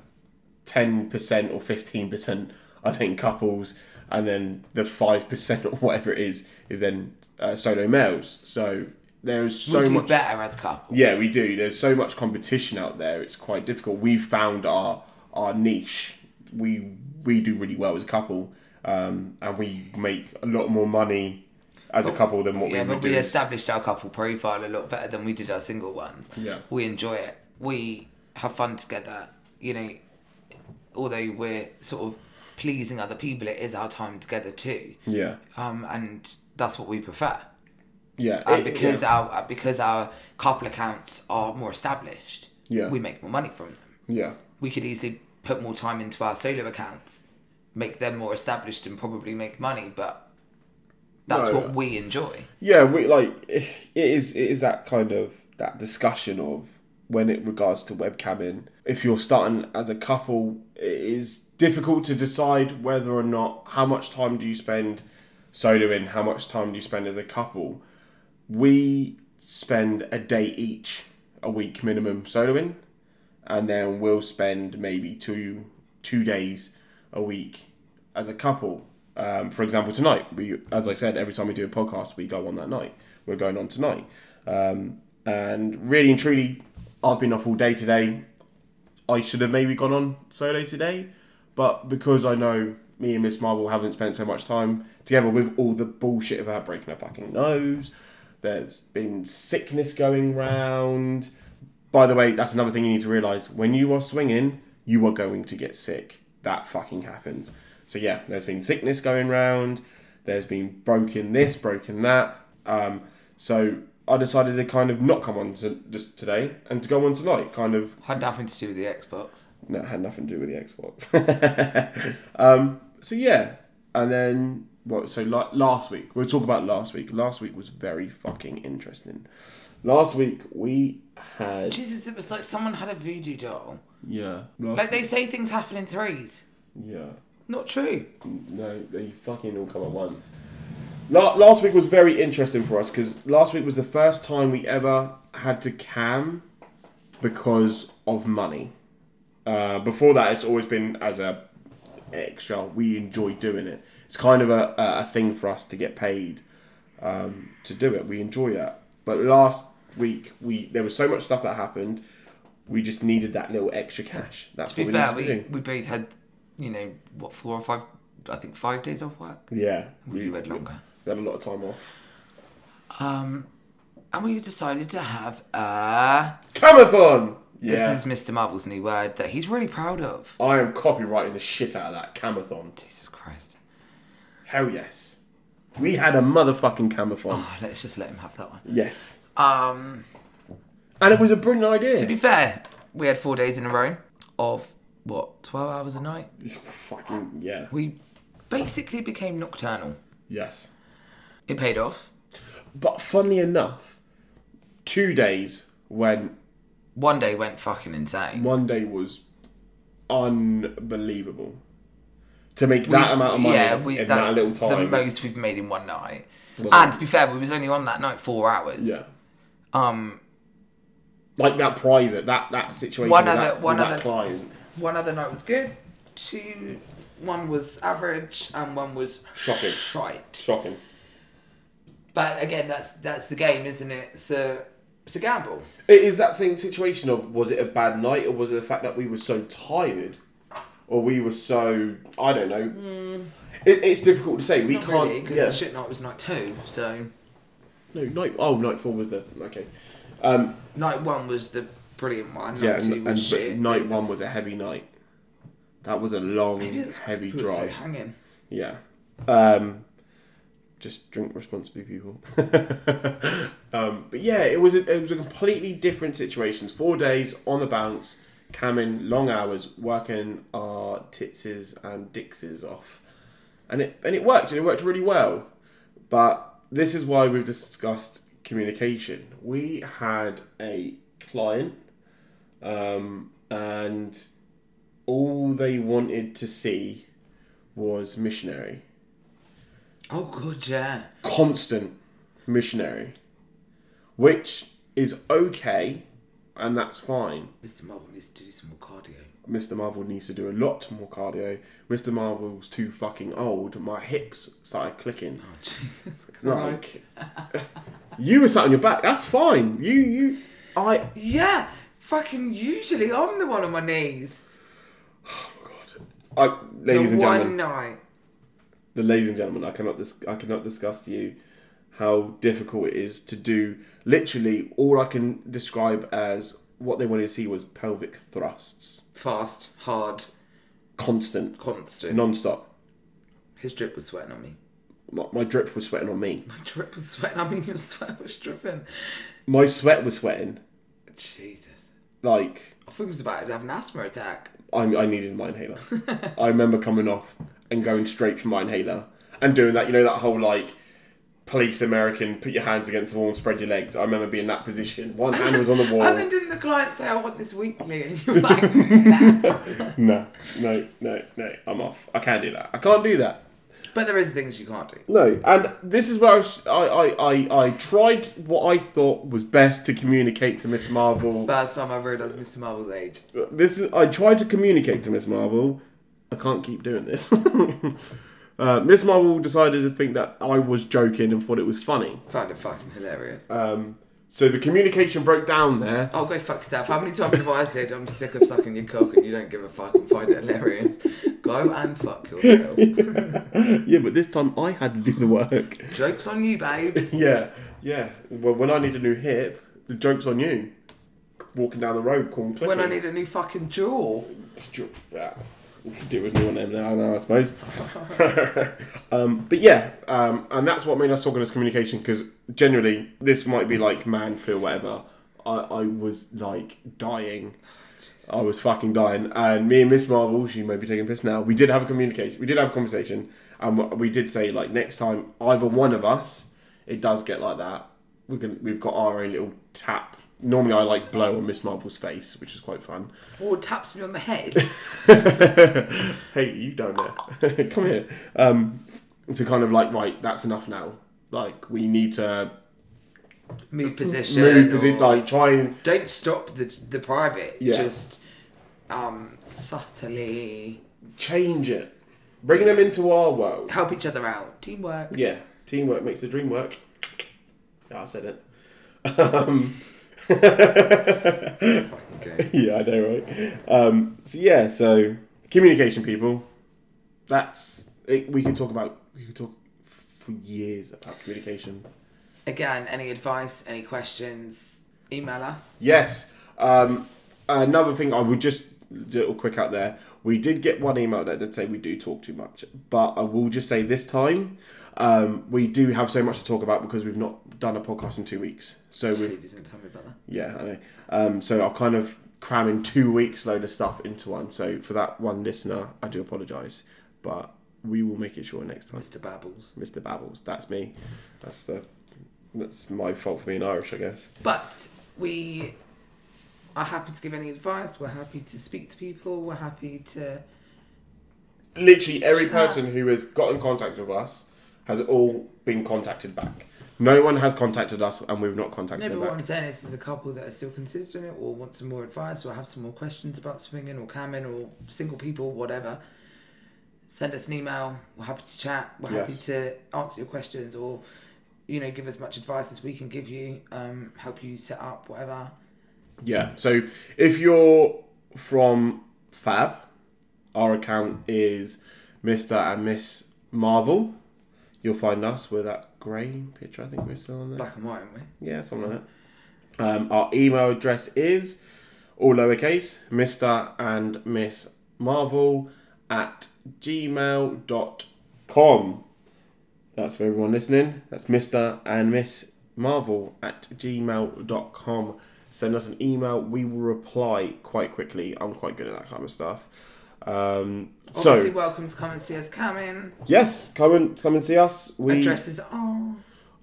[SPEAKER 1] ten percent or fifteen percent I think couples, and then the five percent or whatever it is is then uh, solo males. So there is
[SPEAKER 2] we
[SPEAKER 1] so
[SPEAKER 2] do
[SPEAKER 1] much.
[SPEAKER 2] better as a couple.
[SPEAKER 1] Yeah, we do. There's so much competition out there. It's quite difficult. We've found our our niche. We we do really well as a couple, um, and we make a lot more money as a couple than what
[SPEAKER 2] Yeah,
[SPEAKER 1] we would
[SPEAKER 2] but
[SPEAKER 1] do.
[SPEAKER 2] we established our couple profile a lot better than we did our single ones.
[SPEAKER 1] Yeah.
[SPEAKER 2] We enjoy it. We have fun together. You know, although we're sort of pleasing other people, it is our time together too.
[SPEAKER 1] yeah,
[SPEAKER 2] Um, and that's what we prefer.
[SPEAKER 1] yeah.
[SPEAKER 2] And
[SPEAKER 1] It-
[SPEAKER 2] because
[SPEAKER 1] yeah.
[SPEAKER 2] our because our couple accounts are more established,
[SPEAKER 1] Yeah.
[SPEAKER 2] we make more money from them.
[SPEAKER 1] yeah,
[SPEAKER 2] We could easily put more time into our solo accounts, make them more established, and probably make money. But that's
[SPEAKER 1] No,
[SPEAKER 2] what
[SPEAKER 1] yeah.
[SPEAKER 2] we enjoy.
[SPEAKER 1] yeah, we like it is it is that kind of that discussion of when it regards to webcamming. If you're starting as a couple, it is difficult to decide whether or not how much time do you spend solo in, how much time do you spend as a couple. We spend a day each a week minimum soloing, and then we'll spend maybe two two days a week as a couple. Um, for example, tonight we, as I said, every time we do a podcast, we go on that night. We're going on tonight, um, and really and truly, I've been off all day today. I should have maybe gone on solo today, but because I know me and Miss Marvel haven't spent so much time together with all the bullshit of her breaking her fucking nose, there's been sickness going round. By the way, that's another thing you need to realise. When you are swinging, you are going to get sick. That fucking happens. So yeah, there's been sickness going round. There's been broken this, broken that. Um, so I decided to kind of not come on to just today and to go on tonight. Kind of
[SPEAKER 2] Had nothing to do with the Xbox.
[SPEAKER 1] no, it had nothing to do with the Xbox. um, so yeah, and then what? So like last week, we'll talk about last week. Last week was very fucking interesting. Last week we had
[SPEAKER 2] Jesus, it was like someone had a voodoo doll.
[SPEAKER 1] yeah, last,
[SPEAKER 2] Like they say things happen in threes.
[SPEAKER 1] yeah.
[SPEAKER 2] Not true.
[SPEAKER 1] No, they fucking all come at once. La- last week was very interesting for us because last week was the first time we ever had to cam because of money. Uh, before that, it's always been as a extra. We enjoy doing it. It's kind of a, a a thing for us to get paid um, to do it. We enjoy that. But last week, we there was so much stuff that happened. We just needed that little extra cash. That's
[SPEAKER 2] To be
[SPEAKER 1] what we
[SPEAKER 2] fair,
[SPEAKER 1] needed
[SPEAKER 2] we,
[SPEAKER 1] to
[SPEAKER 2] we both had, you know, what four or five, I think five days off work.
[SPEAKER 1] do. Yeah, we,
[SPEAKER 2] You had
[SPEAKER 1] we
[SPEAKER 2] longer.
[SPEAKER 1] had a lot of time off.
[SPEAKER 2] Um, and we decided to have a.
[SPEAKER 1] Camathon! Yeah.
[SPEAKER 2] This is Mr. Marvel's new word that he's really proud of.
[SPEAKER 1] I am copywriting the shit out of that Camathon.
[SPEAKER 2] Jesus Christ.
[SPEAKER 1] Hell yes. We had a motherfucking Camathon.
[SPEAKER 2] Oh, let's just let him have that one.
[SPEAKER 1] Yes.
[SPEAKER 2] Um,
[SPEAKER 1] And it was a brilliant idea.
[SPEAKER 2] to be fair, we had four days in a row of what twelve hours a night.
[SPEAKER 1] It's fucking, yeah.
[SPEAKER 2] We basically became nocturnal.
[SPEAKER 1] Yes.
[SPEAKER 2] It paid off.
[SPEAKER 1] But funnily enough, two days when
[SPEAKER 2] One day went fucking insane.
[SPEAKER 1] one day was unbelievable. To make that amount of money
[SPEAKER 2] Yeah, we,
[SPEAKER 1] in that
[SPEAKER 2] that's
[SPEAKER 1] little
[SPEAKER 2] the
[SPEAKER 1] time.
[SPEAKER 2] most we've made in one night. And to be fair, we was only on that night four hours.
[SPEAKER 1] yeah.
[SPEAKER 2] Um,
[SPEAKER 1] Like that private, that, that situation
[SPEAKER 2] One
[SPEAKER 1] with
[SPEAKER 2] other-
[SPEAKER 1] that, with
[SPEAKER 2] one
[SPEAKER 1] that
[SPEAKER 2] other-
[SPEAKER 1] client.
[SPEAKER 2] one other night was good. Two, one was average, and one was
[SPEAKER 1] Shocking.
[SPEAKER 2] Shite.
[SPEAKER 1] Shocking.
[SPEAKER 2] But again, that's that's the game, isn't it? It's a it's a gamble.
[SPEAKER 1] It is that thing situation of was it a bad night or was it the fact that we were so tired or we were so I don't know. It, it's difficult to say. We
[SPEAKER 2] Hmm. Not
[SPEAKER 1] can't.
[SPEAKER 2] really, because
[SPEAKER 1] yeah.
[SPEAKER 2] the shit night was night two. So
[SPEAKER 1] No night. Oh, night four was the okay. Um,
[SPEAKER 2] night one was the brilliant one. Night
[SPEAKER 1] yeah,
[SPEAKER 2] two
[SPEAKER 1] and,
[SPEAKER 2] was
[SPEAKER 1] and but
[SPEAKER 2] shit.
[SPEAKER 1] night one was a heavy night. That was a long,
[SPEAKER 2] Maybe that's why
[SPEAKER 1] heavy
[SPEAKER 2] people are so
[SPEAKER 1] drive.
[SPEAKER 2] hanging.
[SPEAKER 1] Yeah. Um, just drink responsibly, people. um, but yeah, it was a, it was a completely different situation. Four days on the bounce, camming long hours, working our titses and dixes off, and it and it worked and it worked really well. But this is why we've discussed communication. We had a client, um, and all they wanted to see was missionary.
[SPEAKER 2] Oh god, yeah.
[SPEAKER 1] Constant missionary. Which is okay. and that's fine.
[SPEAKER 2] Mr. Marvel needs to do some more cardio.
[SPEAKER 1] Mr. Marvel needs to do a lot more cardio. Mr. Marvel's too fucking old. My hips started clicking.
[SPEAKER 2] Oh, Jesus Christ.
[SPEAKER 1] Like you were sat on your back. That's fine. You you I
[SPEAKER 2] Yeah, fucking usually I'm the one on my knees.
[SPEAKER 1] I ladies
[SPEAKER 2] the
[SPEAKER 1] and
[SPEAKER 2] one
[SPEAKER 1] gentlemen,
[SPEAKER 2] night.
[SPEAKER 1] the ladies and gentlemen, I cannot dis- I cannot discuss to you how difficult it is to do. Literally, all I can describe as what they wanted to see was pelvic thrusts,
[SPEAKER 2] Fast, hard,
[SPEAKER 1] constant,
[SPEAKER 2] constant.
[SPEAKER 1] non-stop.
[SPEAKER 2] His drip was sweating on me.
[SPEAKER 1] My, my drip was sweating on me.
[SPEAKER 2] My drip was sweating. I mean, your sweat was dripping.
[SPEAKER 1] My sweat was sweating.
[SPEAKER 2] Jesus.
[SPEAKER 1] Like
[SPEAKER 2] I think he was about to have an asthma attack.
[SPEAKER 1] I, I needed my inhaler. I remember coming off and going straight for my inhaler and doing that. You know that whole like police American, put your hands against the wall and spread your legs. I remember being in that position. One hand was on the wall.
[SPEAKER 2] And then didn't the client say, I want this weekly? And you were like, nah.
[SPEAKER 1] No, no, no, no. I'm off. I can't do that. I can't do that.
[SPEAKER 2] But there is things you can't do.
[SPEAKER 1] No, and this is where I, was- I, I, I, I tried what I thought was best to communicate to Miss Marvel.
[SPEAKER 2] First time I realised Mr. Marvel's age.
[SPEAKER 1] This is I tried to communicate to Miss Marvel. I can't keep doing this. uh, Miss Marvel decided to think that I was joking and thought it was funny.
[SPEAKER 2] Found it fucking hilarious.
[SPEAKER 1] Um, so the communication broke down there.
[SPEAKER 2] Oh, go fuck yourself. How many times have I said I'm sick of sucking your cock and you don't give a fuck and find it hilarious? Go and fuck yourself.
[SPEAKER 1] yeah, but this time I had to do the work.
[SPEAKER 2] Joke's on you, babes.
[SPEAKER 1] Yeah, yeah. Well, when I need a new hip, the joke's on you. Walking down the road, corn clicking.
[SPEAKER 2] When I need a new fucking jaw.
[SPEAKER 1] Jo- ah, we could do with new on them now, now I suppose. um, but yeah, um, and that's what made us organise communication because generally this might be like man flu or whatever. I, I was like dying. I was fucking dying, and me and Miss Marvel, she may be taking a piss now. We did have a communication, we did have a conversation, and we did say like next time either one of us, it does get like that. We can we've got our own little tap. Normally I like blow on Miss Marvel's face, which is quite fun.
[SPEAKER 2] Or taps me on the head.
[SPEAKER 1] hey, you down there? Come here. Um, to kind of like, right, that's enough now. Like, we need to
[SPEAKER 2] Move position.
[SPEAKER 1] move, posi-
[SPEAKER 2] or-
[SPEAKER 1] like, try and
[SPEAKER 2] don't stop the the private.
[SPEAKER 1] Yeah.
[SPEAKER 2] Just um subtly
[SPEAKER 1] change it. Bring them into our world.
[SPEAKER 2] help each other out. Teamwork.
[SPEAKER 1] Yeah, teamwork makes the dream work. Yeah, I said it. Um, yeah,
[SPEAKER 2] Fucking good.
[SPEAKER 1] I know, right? Um, so yeah, so communication, people. That's it, we can talk about. We could talk for years about communication.
[SPEAKER 2] Again, any advice, any questions, email us.
[SPEAKER 1] Yes. Um, another thing I would just little quick out there. We did get one email that did say we do talk too much, but I will just say this time um, we do have so much to talk about because we've not done a podcast in two weeks. So
[SPEAKER 2] Sorry,
[SPEAKER 1] we've
[SPEAKER 2] you didn't tell me about that.
[SPEAKER 1] yeah, I know. Um, so I'm kind of cramming two weeks load of stuff into one. So for that one listener, I do apologise, but we will make it sure next time.
[SPEAKER 2] Mr. Babbles.
[SPEAKER 1] Mr. Babbles, that's me. That's the that's my fault for being Irish, I guess.
[SPEAKER 2] But we are happy to give any advice. We're happy to speak to people. We're happy to
[SPEAKER 1] literally every
[SPEAKER 2] Chat.
[SPEAKER 1] person who has got in contact with us has all been contacted back. No one has contacted us, and we've not
[SPEAKER 2] No,
[SPEAKER 1] contacted
[SPEAKER 2] but
[SPEAKER 1] them
[SPEAKER 2] what
[SPEAKER 1] back.
[SPEAKER 2] I'm saying is, there's a couple that are still considering it, or want some more advice, or have some more questions about swinging, or camming, or single people, whatever. Send us an email. We're happy to chat. We're happy
[SPEAKER 1] Yes.
[SPEAKER 2] to answer your questions, or you know, give as much advice as we can give you. Um, help you set up whatever.
[SPEAKER 1] Yeah. So if you're from Fab, our account is Mister and Miss Marvel. You'll find us with that grey picture. I think we're still on there.
[SPEAKER 2] Black and white, aren't we?
[SPEAKER 1] Yeah, something like that. Um, our email address is all lowercase, Mr. and Miss Marvel at gmail.com. That's for everyone listening. That's Mr. and Miss Marvel at gmail.com. Send us an email. We will reply quite quickly. I'm quite good at that kind of stuff. Um, so,
[SPEAKER 2] Obviously, welcome to come and see us camming.
[SPEAKER 1] yes, come and, come and see us. We,
[SPEAKER 2] Addresses are.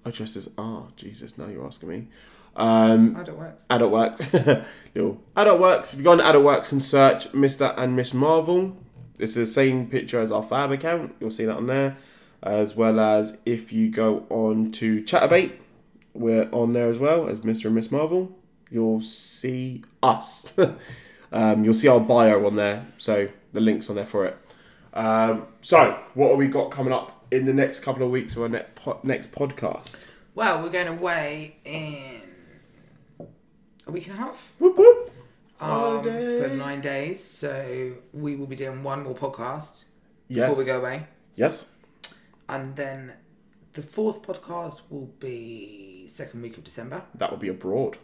[SPEAKER 1] addresses are, Jesus, now you're asking me. Um,
[SPEAKER 2] Oh, it works.
[SPEAKER 1] Adult Works. Little Adult Works. If you go on Adult Works and search Mr. and Miss Marvel, it's the same picture as our Fab account. You'll see that on there. As well as if you go on to Chatterbait, we're on there as well as Mr. and Miss Marvel. you'll see us. um, you'll see our bio on there, so the link's on there for it. Um, so, what have we got coming up in the next couple of weeks of our next, po- next podcast?
[SPEAKER 2] Well, we're going away in a week and a half
[SPEAKER 1] Whoop whoop.
[SPEAKER 2] um, for
[SPEAKER 1] Holiday.
[SPEAKER 2] nine days. So we will be doing one more podcast
[SPEAKER 1] Yes.
[SPEAKER 2] before we go away.
[SPEAKER 1] Yes.
[SPEAKER 2] And then the fourth podcast will be second week of December.
[SPEAKER 1] That will be abroad.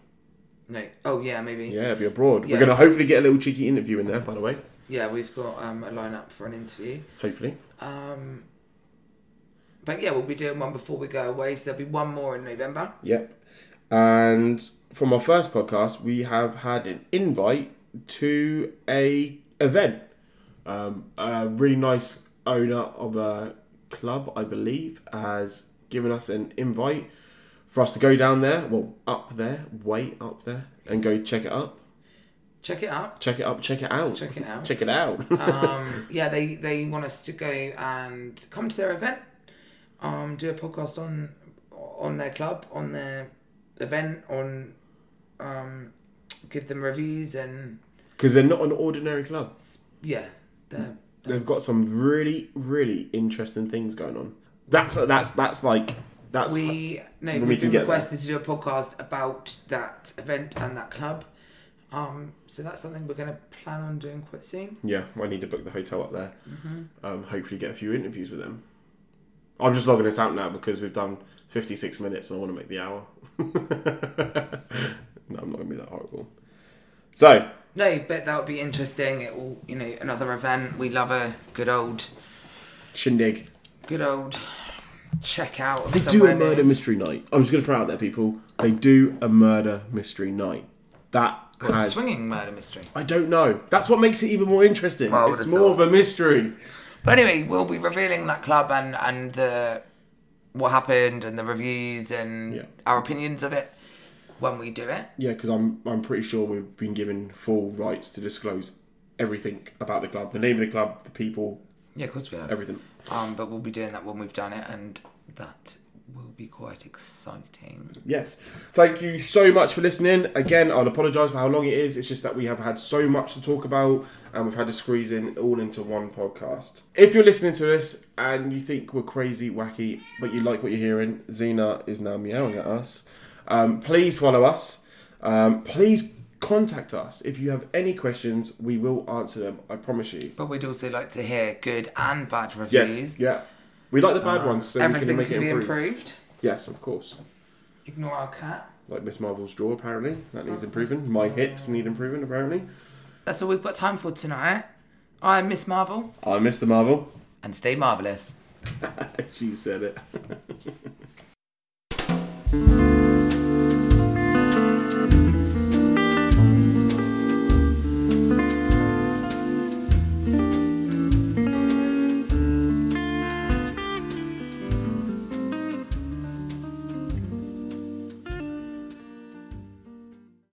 [SPEAKER 2] No. Oh, yeah, maybe.
[SPEAKER 1] Yeah, it'll be abroad.
[SPEAKER 2] Yeah.
[SPEAKER 1] We're going to hopefully get a little cheeky interview in there, by the way.
[SPEAKER 2] Yeah, we've got um, a lineup for an interview.
[SPEAKER 1] Hopefully.
[SPEAKER 2] Um, but yeah, we'll be doing one before we go away. So there'll be one more in November.
[SPEAKER 1] Yep. And from our first podcast, we have had an invite to a event. Um, a really nice owner of a club, I believe, has given us an invite for us to go down there, well, up there, way up there, and go check it up,
[SPEAKER 2] Check it out.
[SPEAKER 1] check it up, check it out,
[SPEAKER 2] Check it out.
[SPEAKER 1] check it out.
[SPEAKER 2] um, yeah, they, they want us to go and come to their event, um, do a podcast on on their club, on their event, on um, give them reviews and
[SPEAKER 1] Because they're not an ordinary club.
[SPEAKER 2] yeah, they're
[SPEAKER 1] They've got some really, really interesting things going on. That's that's that's like that's
[SPEAKER 2] we no,
[SPEAKER 1] When we
[SPEAKER 2] we've
[SPEAKER 1] can
[SPEAKER 2] been
[SPEAKER 1] get there.
[SPEAKER 2] requested to do a podcast about that event and that club. Um, so that's something we're going to plan on doing quite soon.
[SPEAKER 1] Yeah, I need to book the hotel up there.
[SPEAKER 2] Mm-hmm.
[SPEAKER 1] Um, hopefully, get a few interviews with them. I'm just logging this out now because we've done 56 minutes and I want to make the hour. no, I'm not going to be that horrible. So,
[SPEAKER 2] No, but that would be interesting. It will, you know, another event. We love a good old,
[SPEAKER 1] shindig.
[SPEAKER 2] good old checkout. Of
[SPEAKER 1] They do
[SPEAKER 2] somewhere
[SPEAKER 1] a murder
[SPEAKER 2] new.
[SPEAKER 1] mystery night. I'm just going to throw out there, people. They do a murder mystery night. That
[SPEAKER 2] What's
[SPEAKER 1] has.
[SPEAKER 2] swinging murder mystery.
[SPEAKER 1] I don't know. That's what makes it even more interesting.
[SPEAKER 2] Well, I
[SPEAKER 1] it's
[SPEAKER 2] would've
[SPEAKER 1] more
[SPEAKER 2] thought.
[SPEAKER 1] of a mystery.
[SPEAKER 2] But anyway, we'll be revealing that club and and the what happened and the reviews and
[SPEAKER 1] Yeah.
[SPEAKER 2] our opinions of it when we do it.
[SPEAKER 1] Yeah, because I'm I'm pretty sure we've been given full rights to disclose everything about the club, the name of the club, the people,
[SPEAKER 2] Yeah, of course we have.
[SPEAKER 1] everything.
[SPEAKER 2] Um, but we'll be doing that when we've done it, and that will be quite exciting.
[SPEAKER 1] Yes. Thank you so much for listening. Again, I'll apologise for how long it is. It's just that we have had so much to talk about and we've had to squeeze in all into one podcast. If you're listening to this and you think we're crazy, wacky, but you like what you're hearing, Xena is now meowing at us. Um, please follow us. Um, please contact us. If you have any questions, we will answer them. I promise you.
[SPEAKER 2] But we'd also like to hear good and bad reviews.
[SPEAKER 1] Yes. Yeah. We like the bad ones, so we can
[SPEAKER 2] Uh, Everything
[SPEAKER 1] make
[SPEAKER 2] can
[SPEAKER 1] it
[SPEAKER 2] be
[SPEAKER 1] improve.
[SPEAKER 2] improved.
[SPEAKER 1] Yes, of course.
[SPEAKER 2] Ignore our cat.
[SPEAKER 1] Like Miss Marvel's draw, apparently that needs improving. My hips need improving, apparently.
[SPEAKER 2] That's all we've got time for tonight. I'm Miss Marvel,
[SPEAKER 1] I miss the Marvel.
[SPEAKER 2] and stay marvelous.
[SPEAKER 1] she said it.